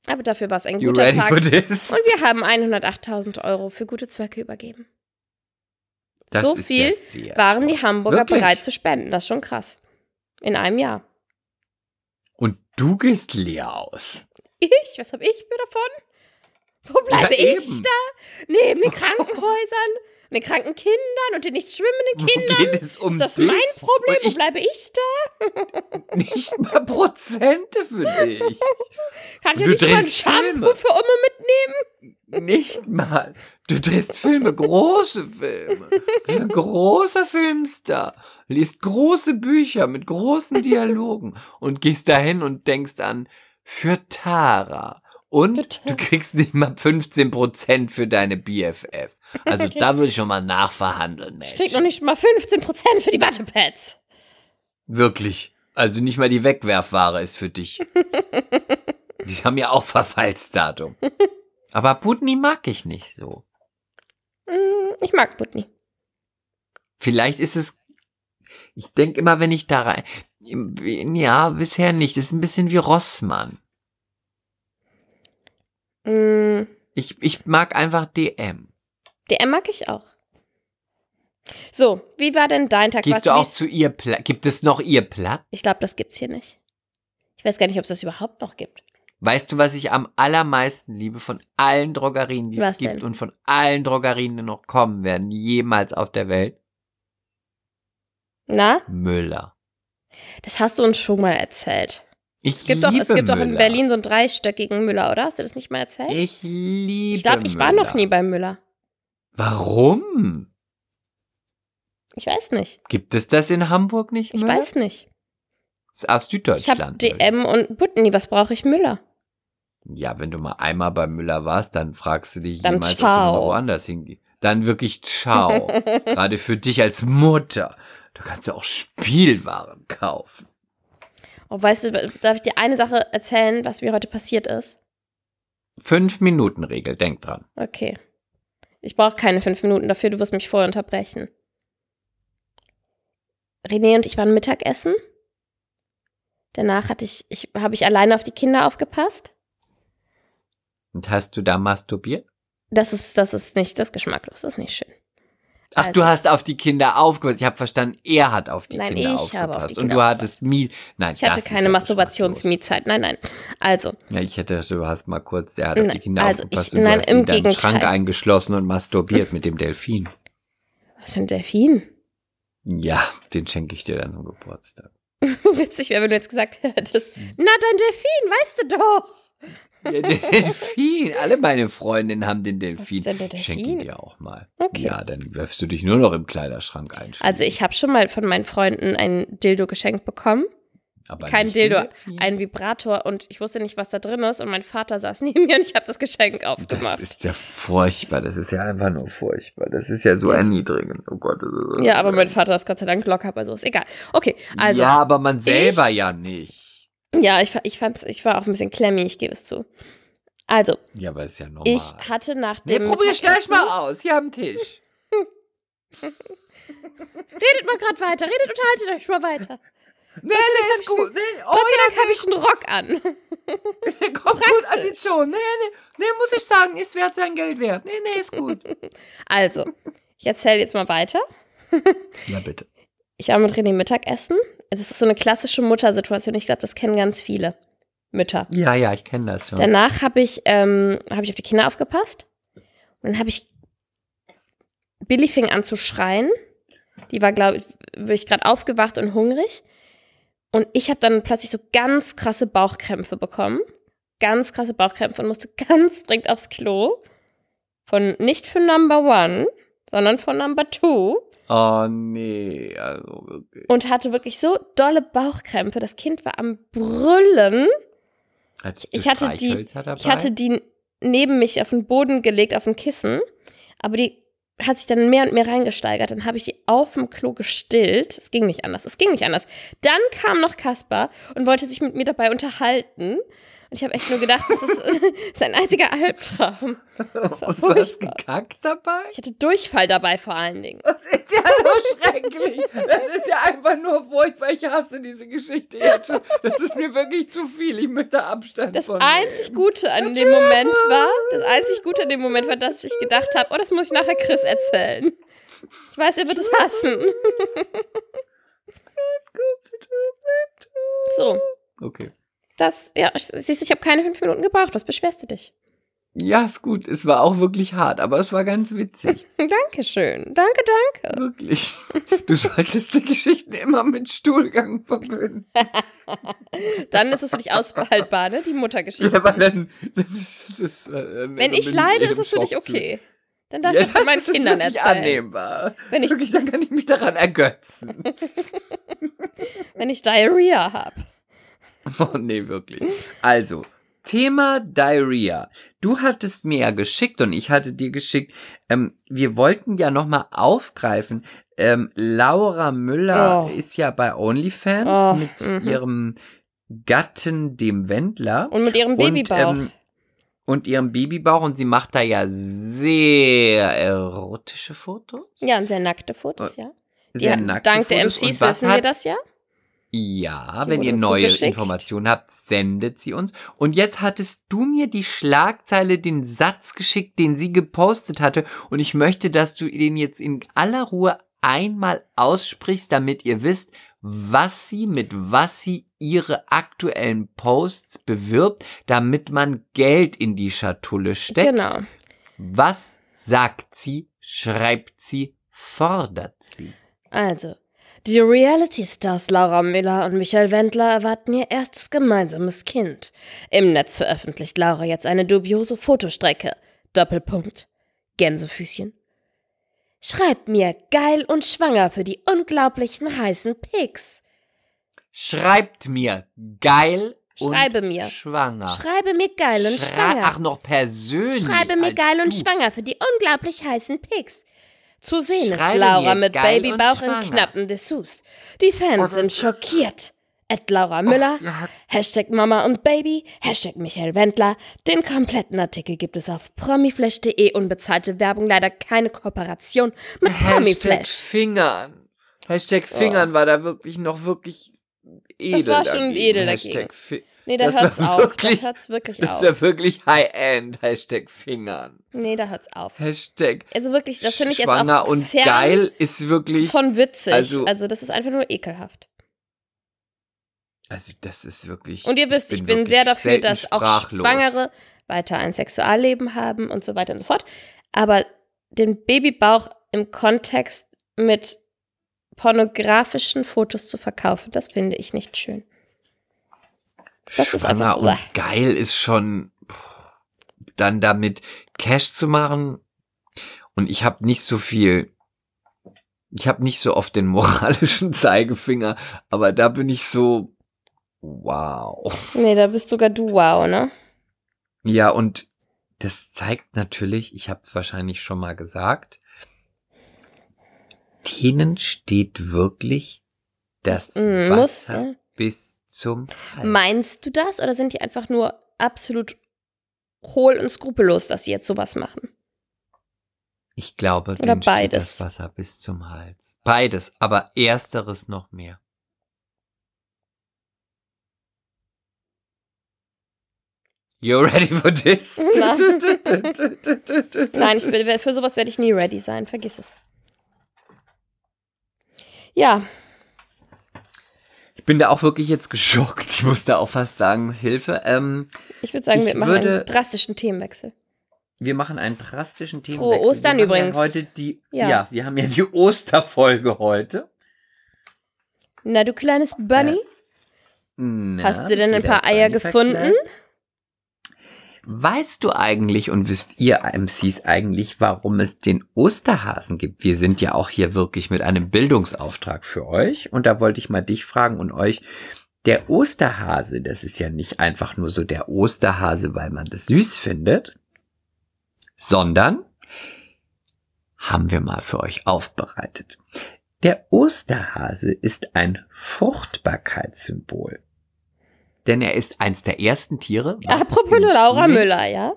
[SPEAKER 2] Aber dafür war es ein
[SPEAKER 3] You
[SPEAKER 2] guter
[SPEAKER 3] ready
[SPEAKER 2] Tag.
[SPEAKER 3] for
[SPEAKER 2] Und
[SPEAKER 3] this?
[SPEAKER 2] wir haben 108.000 Euro für gute Zwecke übergeben.
[SPEAKER 3] Das
[SPEAKER 2] so
[SPEAKER 3] ist
[SPEAKER 2] viel
[SPEAKER 3] ja sehr
[SPEAKER 2] Waren die Hamburger
[SPEAKER 3] Wirklich?
[SPEAKER 2] bereit zu spenden? Das ist schon krass. In einem Jahr.
[SPEAKER 3] Und du gehst leer aus.
[SPEAKER 2] Ich? Was habe ich mir davon? Wo bleibe ich
[SPEAKER 3] eben.
[SPEAKER 2] da? Neben den Krankenhäusern, den kranken Kindern und den nicht schwimmenden Kindern?
[SPEAKER 3] Wo geht es um
[SPEAKER 2] Ist das
[SPEAKER 3] dich?
[SPEAKER 2] mein Problem?
[SPEAKER 3] Und
[SPEAKER 2] Wo
[SPEAKER 3] ich
[SPEAKER 2] bleibe ich da?
[SPEAKER 3] nicht mal Prozente für dich.
[SPEAKER 2] Kann ich
[SPEAKER 3] Du
[SPEAKER 2] doch nicht mal ein
[SPEAKER 3] drehst
[SPEAKER 2] Shampoo
[SPEAKER 3] Filme.
[SPEAKER 2] für Umme mitnehmen?
[SPEAKER 3] Nicht mal. Du drehst Filme, große Filme. Bist Ein großer Filmstar. Liest große Bücher mit großen Dialogen und gehst dahin und denkst an für Tara. Und
[SPEAKER 2] Bitte.
[SPEAKER 3] du kriegst nicht mal 15% für deine BFF. Also
[SPEAKER 2] Okay.
[SPEAKER 3] da würde ich schon mal nachverhandeln, Mensch.
[SPEAKER 2] Ich krieg noch nicht mal 15% für die Wattepads.
[SPEAKER 3] Wirklich. Also nicht mal die Wegwerfware ist für dich. die haben ja auch Verfallsdatum. Aber Putni mag ich nicht so.
[SPEAKER 2] Mm, Ich mag Putney.
[SPEAKER 3] Vielleicht ist es Ich denke immer, wenn ich da rein. Ja, bisher nicht. Das ist ein bisschen wie Rossmann.
[SPEAKER 2] Mm,
[SPEAKER 3] Ich, ich mag einfach DM.
[SPEAKER 2] DM mag ich auch. So, wie war denn dein Tag? Warst
[SPEAKER 3] Gehst du auch
[SPEAKER 2] wie-
[SPEAKER 3] zu ihr Platz? Gibt es noch ihr Platz?
[SPEAKER 2] Ich glaube, das gibt's hier nicht. Ich weiß gar nicht, ob es das überhaupt noch gibt.
[SPEAKER 3] Weißt du, was ich am allermeisten liebe von allen Drogerien, die
[SPEAKER 2] Was
[SPEAKER 3] es gibt
[SPEAKER 2] denn?
[SPEAKER 3] und von allen Drogerien, die noch kommen werden, jemals auf der Welt?
[SPEAKER 2] Na,
[SPEAKER 3] Müller.
[SPEAKER 2] das hast du uns schon mal erzählt.
[SPEAKER 3] Ich
[SPEAKER 2] Es gibt, doch,
[SPEAKER 3] liebe
[SPEAKER 2] es gibt doch in
[SPEAKER 3] Müller.
[SPEAKER 2] Berlin so einen dreistöckigen Müller, oder? Hast du das nicht mal erzählt?
[SPEAKER 3] Ich liebe
[SPEAKER 2] ich glaube, ich war
[SPEAKER 3] Müller.
[SPEAKER 2] noch nie bei Müller.
[SPEAKER 3] Warum?
[SPEAKER 2] Ich weiß nicht.
[SPEAKER 3] Gibt es das in Hamburg nicht
[SPEAKER 2] Ich
[SPEAKER 3] Müller?
[SPEAKER 2] weiß nicht.
[SPEAKER 3] Das ist aus
[SPEAKER 2] Ich habe
[SPEAKER 3] Süddeutschland.
[SPEAKER 2] DM und Butni. Was brauche ich Müller?
[SPEAKER 3] Ja, wenn du mal einmal bei Müller warst, dann fragst du dich
[SPEAKER 2] Dann
[SPEAKER 3] jemals, ob du
[SPEAKER 2] ciao.
[SPEAKER 3] noch mal woanders hingehst. Dann wirklich ciao. Gerade für dich als Mutter. Du kannst ja auch Spielwaren kaufen.
[SPEAKER 2] Oh, weißt du, darf ich dir eine Sache erzählen, was mir heute passiert ist?
[SPEAKER 3] Fünf-Minuten-Regel, denk dran.
[SPEAKER 2] Okay. Ich brauche keine fünf Minuten dafür, du wirst mich vorher unterbrechen. René und ich waren Mittagessen. Danach hatte ich, ich habe ich alleine auf die Kinder aufgepasst.
[SPEAKER 3] Und hast du da masturbiert?
[SPEAKER 2] Das ist, das ist nicht, das ist geschmacklos, das ist nicht schön.
[SPEAKER 3] Ach,
[SPEAKER 2] Also-
[SPEAKER 3] du hast auf die Kinder aufgepasst. Ich habe verstanden, er hat auf die
[SPEAKER 2] Nein,
[SPEAKER 3] Kinder
[SPEAKER 2] ich
[SPEAKER 3] aufgepasst.
[SPEAKER 2] habe auf die
[SPEAKER 3] Und
[SPEAKER 2] Kinder
[SPEAKER 3] du hattest Mie. Nein,
[SPEAKER 2] Ich hatte
[SPEAKER 3] das ist
[SPEAKER 2] keine
[SPEAKER 3] ja
[SPEAKER 2] Masturbationsmietzeit. Nein, nein. Also,
[SPEAKER 3] geschmacklos. Ja, ich hätte, du hast mal kurz, er hat auf die
[SPEAKER 2] Nein,
[SPEAKER 3] Kinder
[SPEAKER 2] also
[SPEAKER 3] aufgepasst
[SPEAKER 2] ich-
[SPEAKER 3] und
[SPEAKER 2] nein,
[SPEAKER 3] du hast
[SPEAKER 2] im
[SPEAKER 3] ihn dann in den Schrank
[SPEAKER 2] Gegenteil.
[SPEAKER 3] eingeschlossen und masturbiert mit dem Delfin.
[SPEAKER 2] was für ein Delfin.
[SPEAKER 3] Ja, den schenke ich dir dann zum Geburtstag.
[SPEAKER 2] Witzig wäre, wenn du jetzt gesagt hättest,
[SPEAKER 3] Hm.
[SPEAKER 2] na, dein Delfin, weißt du doch.
[SPEAKER 3] Ja, den Delfin. Alle meine Freundinnen haben den Delfin.
[SPEAKER 2] ist denn der Delfin?
[SPEAKER 3] Schenke ihn dir auch mal.
[SPEAKER 2] Okay.
[SPEAKER 3] Ja, dann wirfst du dich nur noch im Kleiderschrank ein.
[SPEAKER 2] Also, ich habe schon mal von meinen Freunden ein Dildo geschenkt bekommen.
[SPEAKER 3] Aber
[SPEAKER 2] kein
[SPEAKER 3] nicht den
[SPEAKER 2] Dildo,
[SPEAKER 3] Delfin.
[SPEAKER 2] ein Vibrator und ich wusste nicht, was da drin ist und mein Vater saß neben mir und ich habe das Geschenk
[SPEAKER 3] Das
[SPEAKER 2] aufgemacht.
[SPEAKER 3] ist ja furchtbar. Das ist ja einfach nur furchtbar. Das ist ja so
[SPEAKER 2] Das-
[SPEAKER 3] erniedrigend. Oh Gott. das ist-
[SPEAKER 2] Ja, aber mein Vater ist Gott sei Dank locker, also ist egal. Okay, also
[SPEAKER 3] ja,
[SPEAKER 2] ja,
[SPEAKER 3] aber man selber
[SPEAKER 2] ich-
[SPEAKER 3] ja nicht.
[SPEAKER 2] ich, fa- ich fand's, ich war auch ein bisschen klemmy, ich gebe es zu. Also,
[SPEAKER 3] Ja, aber ist ja normal.
[SPEAKER 2] ich hatte nach
[SPEAKER 3] Oh nee,
[SPEAKER 2] dem
[SPEAKER 3] probier
[SPEAKER 2] Mittagessen-
[SPEAKER 3] gleich mal aus. Hier am Tisch.
[SPEAKER 2] Redet mal gerade weiter, redet unterhaltet euch mal weiter.
[SPEAKER 3] Nee, nee, ist
[SPEAKER 2] hab ich
[SPEAKER 3] gut. Nee, oh
[SPEAKER 2] Gott sei Dank habe ich einen Rock an.
[SPEAKER 3] ja, kommt gut an die Zone. Nee, nee, nee, muss ich sagen, ist wert sein Geld wert. Nee, nee, ist gut.
[SPEAKER 2] Also, ich erzähle jetzt mal weiter.
[SPEAKER 3] Ja, bitte.
[SPEAKER 2] Ich war mit René Mittagessen. Das ist so eine klassische Muttersituation. Ich glaube, das kennen ganz viele Mütter.
[SPEAKER 3] Ja, Ah ja, ich kenne das schon.
[SPEAKER 2] Danach habe ich, ähm, hab ich auf die Kinder aufgepasst. Und dann habe ich. Billy fing an zu schreien. Die war, glaube ich, wirklich gerade aufgewacht und hungrig. Und ich habe dann plötzlich so ganz krasse Bauchkrämpfe bekommen. Ganz krasse Bauchkrämpfe und musste ganz dringend aufs Klo. Von nicht für Number One, sondern von Number Two.
[SPEAKER 3] Oh nee, also wirklich.
[SPEAKER 2] Und hatte wirklich so dolle Bauchkrämpfe. Das Kind war am Brüllen.
[SPEAKER 3] Hattest
[SPEAKER 2] ich hatte die-
[SPEAKER 3] Streichhölzer dabei?
[SPEAKER 2] Ich hatte die neben mich auf den Boden gelegt, auf ein Kissen. Aber die hat sich dann mehr und mehr reingesteigert. Dann habe ich die auf dem Klo gestillt. Es ging nicht anders. Es ging nicht anders. Dann kam noch Kaspar und wollte sich mit mir dabei unterhalten. Und ich habe echt nur gedacht, das ist, das ist ein einziger Albtraum. war
[SPEAKER 3] Und du hast
[SPEAKER 2] furchtbar.
[SPEAKER 3] gekackt dabei?
[SPEAKER 2] Ich hatte Durchfall dabei vor allen Dingen.
[SPEAKER 3] Das ist ja so schrecklich. Das ist ja einfach nur furchtbar. Ich hasse diese Geschichte jetzt schon. Das ist mir wirklich zu viel. Ich möchte Abstand
[SPEAKER 2] Das
[SPEAKER 3] von
[SPEAKER 2] einzig Gute an dem Moment war, das einzig Gute an dem Moment war, dass ich gedacht habe, oh, das muss ich nachher Chris erzählen. Ich weiß, er wird es hassen. So,
[SPEAKER 3] Okay.
[SPEAKER 2] das, ja, siehst du, ich habe keine fünf Minuten gebraucht. Was beschwerst du dich?
[SPEAKER 3] Ja, ist gut. Es war auch wirklich hart, aber es war ganz witzig.
[SPEAKER 2] Dankeschön. Danke, danke.
[SPEAKER 3] Wirklich. Du solltest die Geschichten immer mit Stuhlgang verbinden.
[SPEAKER 2] Dann ist es für dich ausbehaltbar, ne? Die Muttergeschichte.
[SPEAKER 3] Ja, weil dann, dann ist es, äh, dann
[SPEAKER 2] Wenn ich
[SPEAKER 3] bin
[SPEAKER 2] leide,
[SPEAKER 3] jedem
[SPEAKER 2] ist es für dich
[SPEAKER 3] Schock zu-
[SPEAKER 2] okay. Dann darf ich das
[SPEAKER 3] dann
[SPEAKER 2] meinen
[SPEAKER 3] ist es
[SPEAKER 2] Kindern
[SPEAKER 3] wirklich
[SPEAKER 2] erzählen.
[SPEAKER 3] annehmbar.
[SPEAKER 2] Wenn ich-
[SPEAKER 3] wirklich, dann kann ich mich daran ergötzen.
[SPEAKER 2] Wenn ich Diarrhea habe.
[SPEAKER 3] oh, nee, wirklich. Also, Thema Diarrhea. Du hattest mir ja geschickt und ich hatte dir geschickt, ähm, wir wollten ja nochmal aufgreifen, ähm, Laura Müller
[SPEAKER 2] Oh.
[SPEAKER 3] ist ja bei OnlyFans
[SPEAKER 2] Oh,
[SPEAKER 3] mit
[SPEAKER 2] mhm.
[SPEAKER 3] ihrem Gatten, dem Wendler.
[SPEAKER 2] Und mit ihrem Babybauch.
[SPEAKER 3] Und, ähm, und ihrem Babybauch und sie macht da ja sehr erotische Fotos.
[SPEAKER 2] ja, und sehr nackte Fotos, ja.
[SPEAKER 3] äh, sehr
[SPEAKER 2] Ja,
[SPEAKER 3] nackte
[SPEAKER 2] dank der
[SPEAKER 3] Fotos.
[SPEAKER 2] MCs
[SPEAKER 3] Und was
[SPEAKER 2] wissen
[SPEAKER 3] hat,
[SPEAKER 2] wir das ja.
[SPEAKER 3] Ja,
[SPEAKER 2] Die
[SPEAKER 3] wenn
[SPEAKER 2] wurde
[SPEAKER 3] ihr
[SPEAKER 2] uns
[SPEAKER 3] neue
[SPEAKER 2] zugeschickt.
[SPEAKER 3] Informationen habt, sendet sie uns. Und jetzt hattest du mir die Schlagzeile, den Satz geschickt, den sie gepostet hatte. Und ich möchte, dass du den jetzt in aller Ruhe einmal aussprichst, damit ihr wisst, was sie, mit was sie ihre aktuellen Posts bewirbt, damit man Geld in die Schatulle steckt.
[SPEAKER 2] Genau.
[SPEAKER 3] Was sagt sie, schreibt sie, fordert sie?
[SPEAKER 2] Also, die Reality-Stars Laura Müller und Michael Wendler erwarten ihr erstes gemeinsames Kind. Im Netz veröffentlicht Laura jetzt eine dubiose Fotostrecke. Doppelpunkt. Gänsefüßchen. Schreibt mir geil und schwanger für die unglaublichen heißen Pics.
[SPEAKER 3] Schreibt mir geil
[SPEAKER 2] Schreibe
[SPEAKER 3] und
[SPEAKER 2] mir.
[SPEAKER 3] schwanger.
[SPEAKER 2] Schreibe mir geil und
[SPEAKER 3] Schrei-
[SPEAKER 2] schwanger.
[SPEAKER 3] Ach, noch persönlich.
[SPEAKER 2] Schreibe mir
[SPEAKER 3] als
[SPEAKER 2] geil und
[SPEAKER 3] du.
[SPEAKER 2] schwanger für die unglaublich heißen Pics. Zu sehen
[SPEAKER 3] Schreibe
[SPEAKER 2] ist Laura
[SPEAKER 3] mir
[SPEAKER 2] mit
[SPEAKER 3] geil und
[SPEAKER 2] Babybauch in
[SPEAKER 3] schwanger.
[SPEAKER 2] knappen Dessous. Die Fans
[SPEAKER 3] Oh, das
[SPEAKER 2] sind
[SPEAKER 3] ist-
[SPEAKER 2] schockiert. At Laura Müller,
[SPEAKER 3] ja.
[SPEAKER 2] Hashtag Mama und Baby, Hashtag Michael Wendler. Den kompletten Artikel gibt es auf promiflash.de. Unbezahlte Werbung, leider keine Kooperation mit
[SPEAKER 3] Hashtag
[SPEAKER 2] Promiflash. Oh.
[SPEAKER 3] Fingern. Hashtag Fingern war da wirklich noch wirklich edel.
[SPEAKER 2] war schon
[SPEAKER 3] dagegen.
[SPEAKER 2] edel
[SPEAKER 3] Hashtag
[SPEAKER 2] dagegen.
[SPEAKER 3] Fi-
[SPEAKER 2] Nee, da
[SPEAKER 3] Das war
[SPEAKER 2] hört's auf.
[SPEAKER 3] wirklich-
[SPEAKER 2] Da hört's wirklich
[SPEAKER 3] Das ist
[SPEAKER 2] auf.
[SPEAKER 3] ja wirklich High-End. Hashtag Fingern.
[SPEAKER 2] Nee, da hört's auf.
[SPEAKER 3] Hashtag
[SPEAKER 2] Also wirklich, das finde ich jetzt
[SPEAKER 3] Schwanger
[SPEAKER 2] auch
[SPEAKER 3] und
[SPEAKER 2] fern
[SPEAKER 3] geil ist wirklich.
[SPEAKER 2] von witzig.
[SPEAKER 3] Also-
[SPEAKER 2] also das ist einfach nur ekelhaft.
[SPEAKER 3] Also, das ist wirklich.
[SPEAKER 2] Und ihr wisst,
[SPEAKER 3] bin
[SPEAKER 2] ich bin,
[SPEAKER 3] wirklich
[SPEAKER 2] sehr dafür,
[SPEAKER 3] selten
[SPEAKER 2] dass auch
[SPEAKER 3] sprachlos.
[SPEAKER 2] Schwangere weiter ein Sexualleben haben und so weiter und so fort. Aber den Babybauch im Kontext mit pornografischen Fotos zu verkaufen, das finde ich nicht schön. Das ist
[SPEAKER 3] Schwanger
[SPEAKER 2] einfach-
[SPEAKER 3] und geil ist schon dann damit Cash zu machen. Und ich habe nicht so viel, ich habe nicht so oft den moralischen Zeigefinger, aber da bin ich so, wow.
[SPEAKER 2] Nee, da bist sogar du wow, ne?
[SPEAKER 3] Ja, und das zeigt natürlich, ich habe es wahrscheinlich schon mal gesagt, denen steht wirklich das
[SPEAKER 2] Mm,
[SPEAKER 3] Wasser
[SPEAKER 2] muss, ne?
[SPEAKER 3] bis zum Hals.
[SPEAKER 2] Meinst du das oder sind die einfach nur absolut hohl und skrupellos, dass sie jetzt sowas machen?
[SPEAKER 3] Ich glaube,
[SPEAKER 2] Oder
[SPEAKER 3] denen steht
[SPEAKER 2] beides.
[SPEAKER 3] das Wasser bis zum Hals. Beides, aber ersteres noch mehr. You ready for this?
[SPEAKER 2] Nein. Nein, ich bin, für sowas werde ich nie ready sein. Vergiss es. Ja,
[SPEAKER 3] Ich bin da auch wirklich jetzt geschockt. Ich muss da auch fast sagen, Hilfe. Ähm,
[SPEAKER 2] Ich würde sagen,
[SPEAKER 3] Ich
[SPEAKER 2] wir machen
[SPEAKER 3] würde-
[SPEAKER 2] einen drastischen Themenwechsel.
[SPEAKER 3] wir machen einen drastischen Themenwechsel.
[SPEAKER 2] Ostern
[SPEAKER 3] wir haben
[SPEAKER 2] übrigens.
[SPEAKER 3] Ja heute die, ja.
[SPEAKER 2] Ja.
[SPEAKER 3] wir haben ja die Osterfolge heute.
[SPEAKER 2] Na, du kleines Bunny,
[SPEAKER 3] Na,
[SPEAKER 2] hast du denn ein
[SPEAKER 3] bist
[SPEAKER 2] paar
[SPEAKER 3] als
[SPEAKER 2] Eier
[SPEAKER 3] Bunny
[SPEAKER 2] gefunden?
[SPEAKER 3] verkleidet? Weißt du eigentlich und wisst ihr MCs eigentlich, warum es den Osterhasen gibt? Wir sind ja auch hier wirklich mit einem Bildungsauftrag für euch. Und da wollte ich mal dich fragen und euch. Der Osterhase, das ist ja nicht einfach nur so der Osterhase, weil man das süß findet, sondern haben wir mal für euch aufbereitet. Der Osterhase ist ein Fruchtbarkeitssymbol. Denn er ist eins der ersten Tiere. was
[SPEAKER 2] Apropos
[SPEAKER 3] im
[SPEAKER 2] Laura
[SPEAKER 3] Frühling-
[SPEAKER 2] Müller, ja?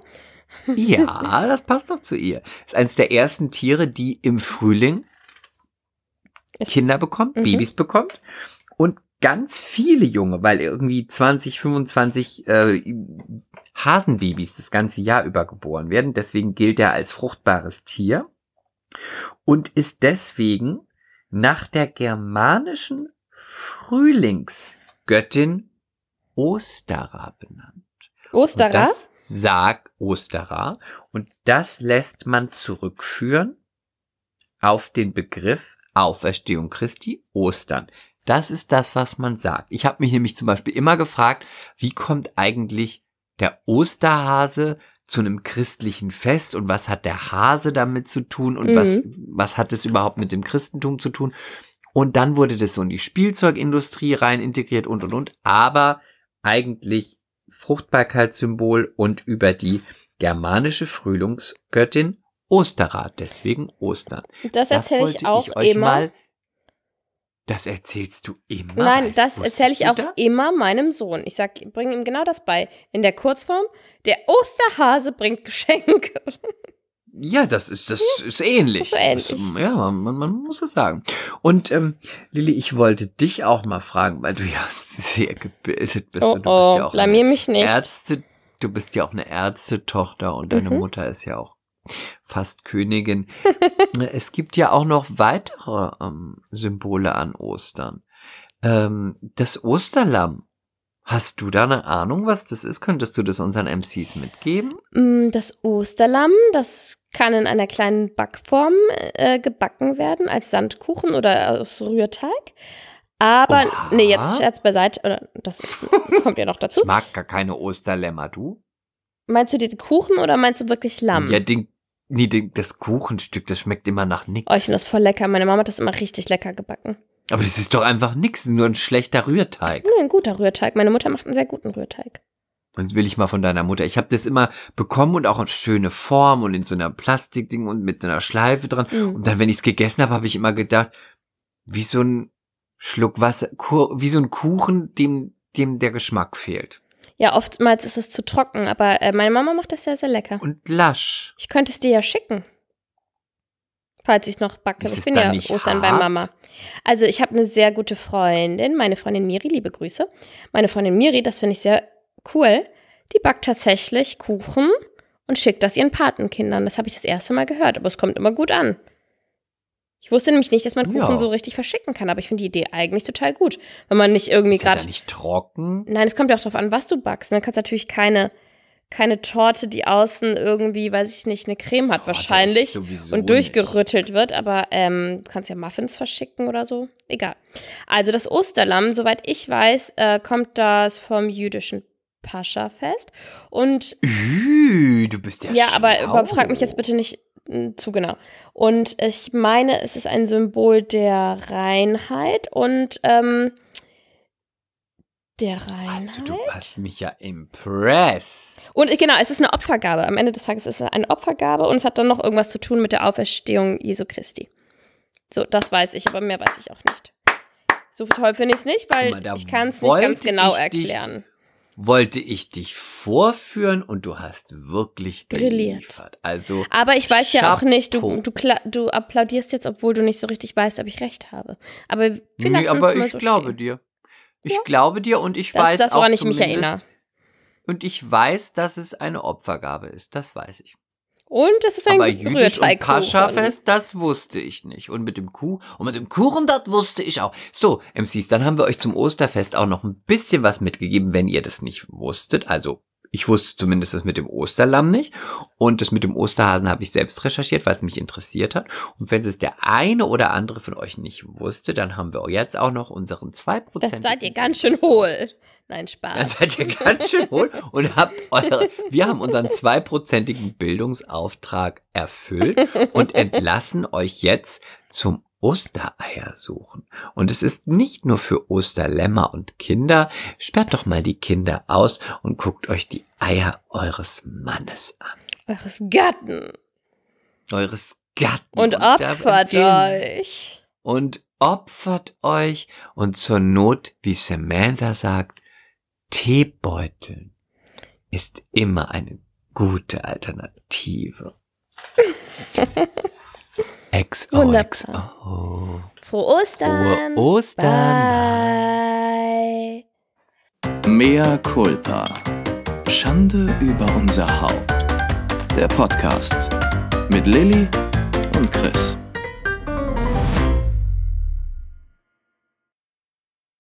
[SPEAKER 3] ja, das passt doch zu ihr. Ist eines der ersten Tiere, die im Frühling
[SPEAKER 2] Es-
[SPEAKER 3] Kinder bekommt,
[SPEAKER 2] Mhm.
[SPEAKER 3] Babys bekommt und ganz viele Junge, weil irgendwie 20, 25 äh, Hasenbabys das ganze Jahr über geboren werden. Deswegen gilt er als fruchtbares Tier und ist deswegen nach der germanischen Frühlingsgöttin Ostara benannt. Und
[SPEAKER 2] Osterer?
[SPEAKER 3] Das sagt Osterer. Und das lässt man zurückführen auf den Begriff Auferstehung Christi, Ostern. Das ist das, was man sagt. Ich habe mich nämlich zum Beispiel immer gefragt, wie kommt eigentlich der Osterhase zu einem christlichen Fest und was hat der Hase damit zu tun und was,
[SPEAKER 2] Mhm.
[SPEAKER 3] was hat es überhaupt mit dem Christentum zu tun? Und dann wurde das so in die Spielzeugindustrie rein integriert und und und. Aber eigentlich Fruchtbarkeitssymbol und über die germanische Frühlingsgöttin Ostera, deswegen Ostern.
[SPEAKER 2] Das erzähle ich
[SPEAKER 3] wollte
[SPEAKER 2] auch
[SPEAKER 3] euch
[SPEAKER 2] immer.
[SPEAKER 3] mal- Das erzählst du immer?
[SPEAKER 2] Nein,
[SPEAKER 3] Weißt-
[SPEAKER 2] das erzähle ich
[SPEAKER 3] wusstest
[SPEAKER 2] auch
[SPEAKER 3] du das?
[SPEAKER 2] immer meinem Sohn. Ich sag, bring ihm genau das bei. In der Kurzform, der Osterhase bringt Geschenke.
[SPEAKER 3] Ja, das ist, das ist ähnlich.
[SPEAKER 2] so ähnlich.
[SPEAKER 3] Das- ja, man, man muss es sagen. Und ähm, Lilly, ich wollte dich auch mal fragen, weil du ja sehr gebildet bist.
[SPEAKER 2] Oh
[SPEAKER 3] und du bist ja
[SPEAKER 2] oh,
[SPEAKER 3] auch eine
[SPEAKER 2] blamier mich nicht.
[SPEAKER 3] Ärzte, du bist ja auch eine Ärztetochter und deine
[SPEAKER 2] Mhm.
[SPEAKER 3] Mutter ist ja auch fast Königin. es gibt ja auch noch weitere ähm, Symbole an Ostern. Ähm, das Osterlamm. Hast du da eine Ahnung, was das ist? Könntest du das unseren MCs mitgeben?
[SPEAKER 2] Mm, Das Osterlamm, das kann in einer kleinen Backform äh, gebacken werden, als Sandkuchen oder aus Rührteig. Aber,
[SPEAKER 3] Oha.
[SPEAKER 2] nee, jetzt Scherz beiseite, oder das ist, kommt ja noch dazu.
[SPEAKER 3] Ich mag gar keine Osterlämmer, du?
[SPEAKER 2] Meinst du den Kuchen oder meinst du wirklich Lamm?
[SPEAKER 3] Ja, den, nee, den, das Kuchenstück, das schmeckt immer nach nichts.
[SPEAKER 2] Oh, ich finde das voll lecker. Meine Mama hat das immer richtig lecker gebacken.
[SPEAKER 3] Aber es ist doch einfach nichts, nur ein schlechter Rührteig.
[SPEAKER 2] Nee, ein guter Rührteig. Meine Mutter macht einen sehr guten Rührteig.
[SPEAKER 3] Und will ich mal von deiner Mutter. Ich habe das immer bekommen und auch in schöne Form und in so einer Plastikding und mit einer Schleife dran.
[SPEAKER 2] Mm.
[SPEAKER 3] Und dann, wenn ich's gegessen habe, habe ich immer gedacht, wie so ein Schluck Wasser, Kur- wie so ein Kuchen, dem, dem der Geschmack fehlt.
[SPEAKER 2] Ja, oftmals ist es zu trocken, aber äh, meine Mama macht das sehr, sehr lecker.
[SPEAKER 3] Und lasch.
[SPEAKER 2] Ich könnte es dir ja schicken. Falls ich noch backe.
[SPEAKER 3] Ist
[SPEAKER 2] ich
[SPEAKER 3] es
[SPEAKER 2] bin
[SPEAKER 3] dann
[SPEAKER 2] ja
[SPEAKER 3] nicht
[SPEAKER 2] Ostern bei
[SPEAKER 3] hart?
[SPEAKER 2] Mama. Also ich habe eine sehr gute Freundin, meine Freundin Miri, liebe Grüße. Meine Freundin Miri, das finde ich sehr cool. Die backt tatsächlich Kuchen und schickt das ihren Patenkindern. Das habe ich das erste Mal gehört, aber es kommt immer gut an. Ich wusste nämlich nicht, dass man Kuchen
[SPEAKER 3] Ja.
[SPEAKER 2] so richtig verschicken kann, aber ich finde die Idee eigentlich total gut. Wenn man nicht irgendwie
[SPEAKER 3] ist der
[SPEAKER 2] gerade
[SPEAKER 3] da nicht trocken?
[SPEAKER 2] Nein, es kommt ja auch drauf an, was du backst. Dann kannst du natürlich keine, keine Torte, die außen irgendwie, weiß ich nicht, eine Creme hat
[SPEAKER 3] Boah, Oh, der ist
[SPEAKER 2] wahrscheinlich
[SPEAKER 3] sowieso
[SPEAKER 2] und durchgerüttelt wird, aber ähm, du kannst ja Muffins verschicken oder so. Egal. Also das Osterlamm, soweit ich weiß, äh, kommt das vom jüdischen Pascha-Fest. Und
[SPEAKER 3] nicht. Üh, du bist ja
[SPEAKER 2] ja, aber
[SPEAKER 3] schlau.
[SPEAKER 2] über- frag mich jetzt bitte nicht mh, zu genau. Und ich meine, es ist ein Symbol der Reinheit und ähm, der Reinheit.
[SPEAKER 3] Also du hast mich ja impressed.
[SPEAKER 2] Und äh, genau, es ist eine Opfergabe. Am Ende des Tages ist es eine Opfergabe und es hat dann noch irgendwas zu tun mit der Auferstehung Jesu Christi. So, das weiß ich, aber mehr weiß ich auch nicht. So toll finde ich es nicht, weil
[SPEAKER 3] Guck mal, da
[SPEAKER 2] ich kann es nicht ganz
[SPEAKER 3] wollte
[SPEAKER 2] genau
[SPEAKER 3] ich dich
[SPEAKER 2] erklären.
[SPEAKER 3] Wollte ich dich vorführen und du hast wirklich
[SPEAKER 2] Brilliert. Ah,
[SPEAKER 3] geliefert. Also
[SPEAKER 2] Aber ich weiß ja auch nicht, du,
[SPEAKER 3] Chapeau.
[SPEAKER 2] du, kla- du applaudierst jetzt, obwohl du nicht so richtig weißt, ob ich recht habe. Aber vielleicht
[SPEAKER 3] Nee,
[SPEAKER 2] lassen
[SPEAKER 3] aber
[SPEAKER 2] wir es mal
[SPEAKER 3] ich
[SPEAKER 2] so
[SPEAKER 3] glaube
[SPEAKER 2] stehen.
[SPEAKER 3] dir. Ich glaube dir und ich
[SPEAKER 2] Das ist
[SPEAKER 3] weiß
[SPEAKER 2] das,
[SPEAKER 3] auch
[SPEAKER 2] woran ich mich
[SPEAKER 3] zumindest-
[SPEAKER 2] erinnere.
[SPEAKER 3] Und ich weiß, dass es eine Opfergabe ist. Das weiß ich.
[SPEAKER 2] Und es ist ein
[SPEAKER 3] Aber jüdisch und
[SPEAKER 2] Rührteigkuchen.
[SPEAKER 3] Pascha-Fest, das wusste ich nicht. Und mit dem Kuh und mit dem Kuchen, das wusste ich auch. So, MCs, dann haben wir euch zum Osterfest auch noch ein bisschen was mitgegeben, wenn ihr das nicht wusstet. Also ich wusste zumindest das mit dem Osterlamm nicht. Und das mit dem Osterhasen habe ich selbst recherchiert, weil es mich interessiert hat. Und wenn es der eine oder andere von euch nicht wusste, dann haben wir jetzt auch noch unseren 2%.
[SPEAKER 2] Das seid ihr ganz schön hohl. Nein,
[SPEAKER 3] Dann
[SPEAKER 2] Spaß.
[SPEAKER 3] seid ihr ganz schön hohl und habt eure, wir haben unseren zweiprozentigen Bildungsauftrag erfüllt und entlassen euch jetzt zum Ostereier suchen. Und es ist nicht nur für Osterlämmer und Kinder. Sperrt doch mal die Kinder aus und guckt euch die Eier eures Mannes an.
[SPEAKER 2] Eures Gatten.
[SPEAKER 3] Eures Gatten.
[SPEAKER 2] Und
[SPEAKER 3] wir
[SPEAKER 2] opfert
[SPEAKER 3] empfehlen-
[SPEAKER 2] euch.
[SPEAKER 3] Und opfert euch und zur Not, wie Samantha sagt, Teebeuteln ist immer eine gute Alternative.
[SPEAKER 2] Wunderbar.
[SPEAKER 3] XOXO.
[SPEAKER 2] Frohe Ostern.
[SPEAKER 3] Frohe Ostern.
[SPEAKER 2] Bye.
[SPEAKER 1] Mea culpa. Schande über unser Haupt. Der Podcast mit Lilly und Chris.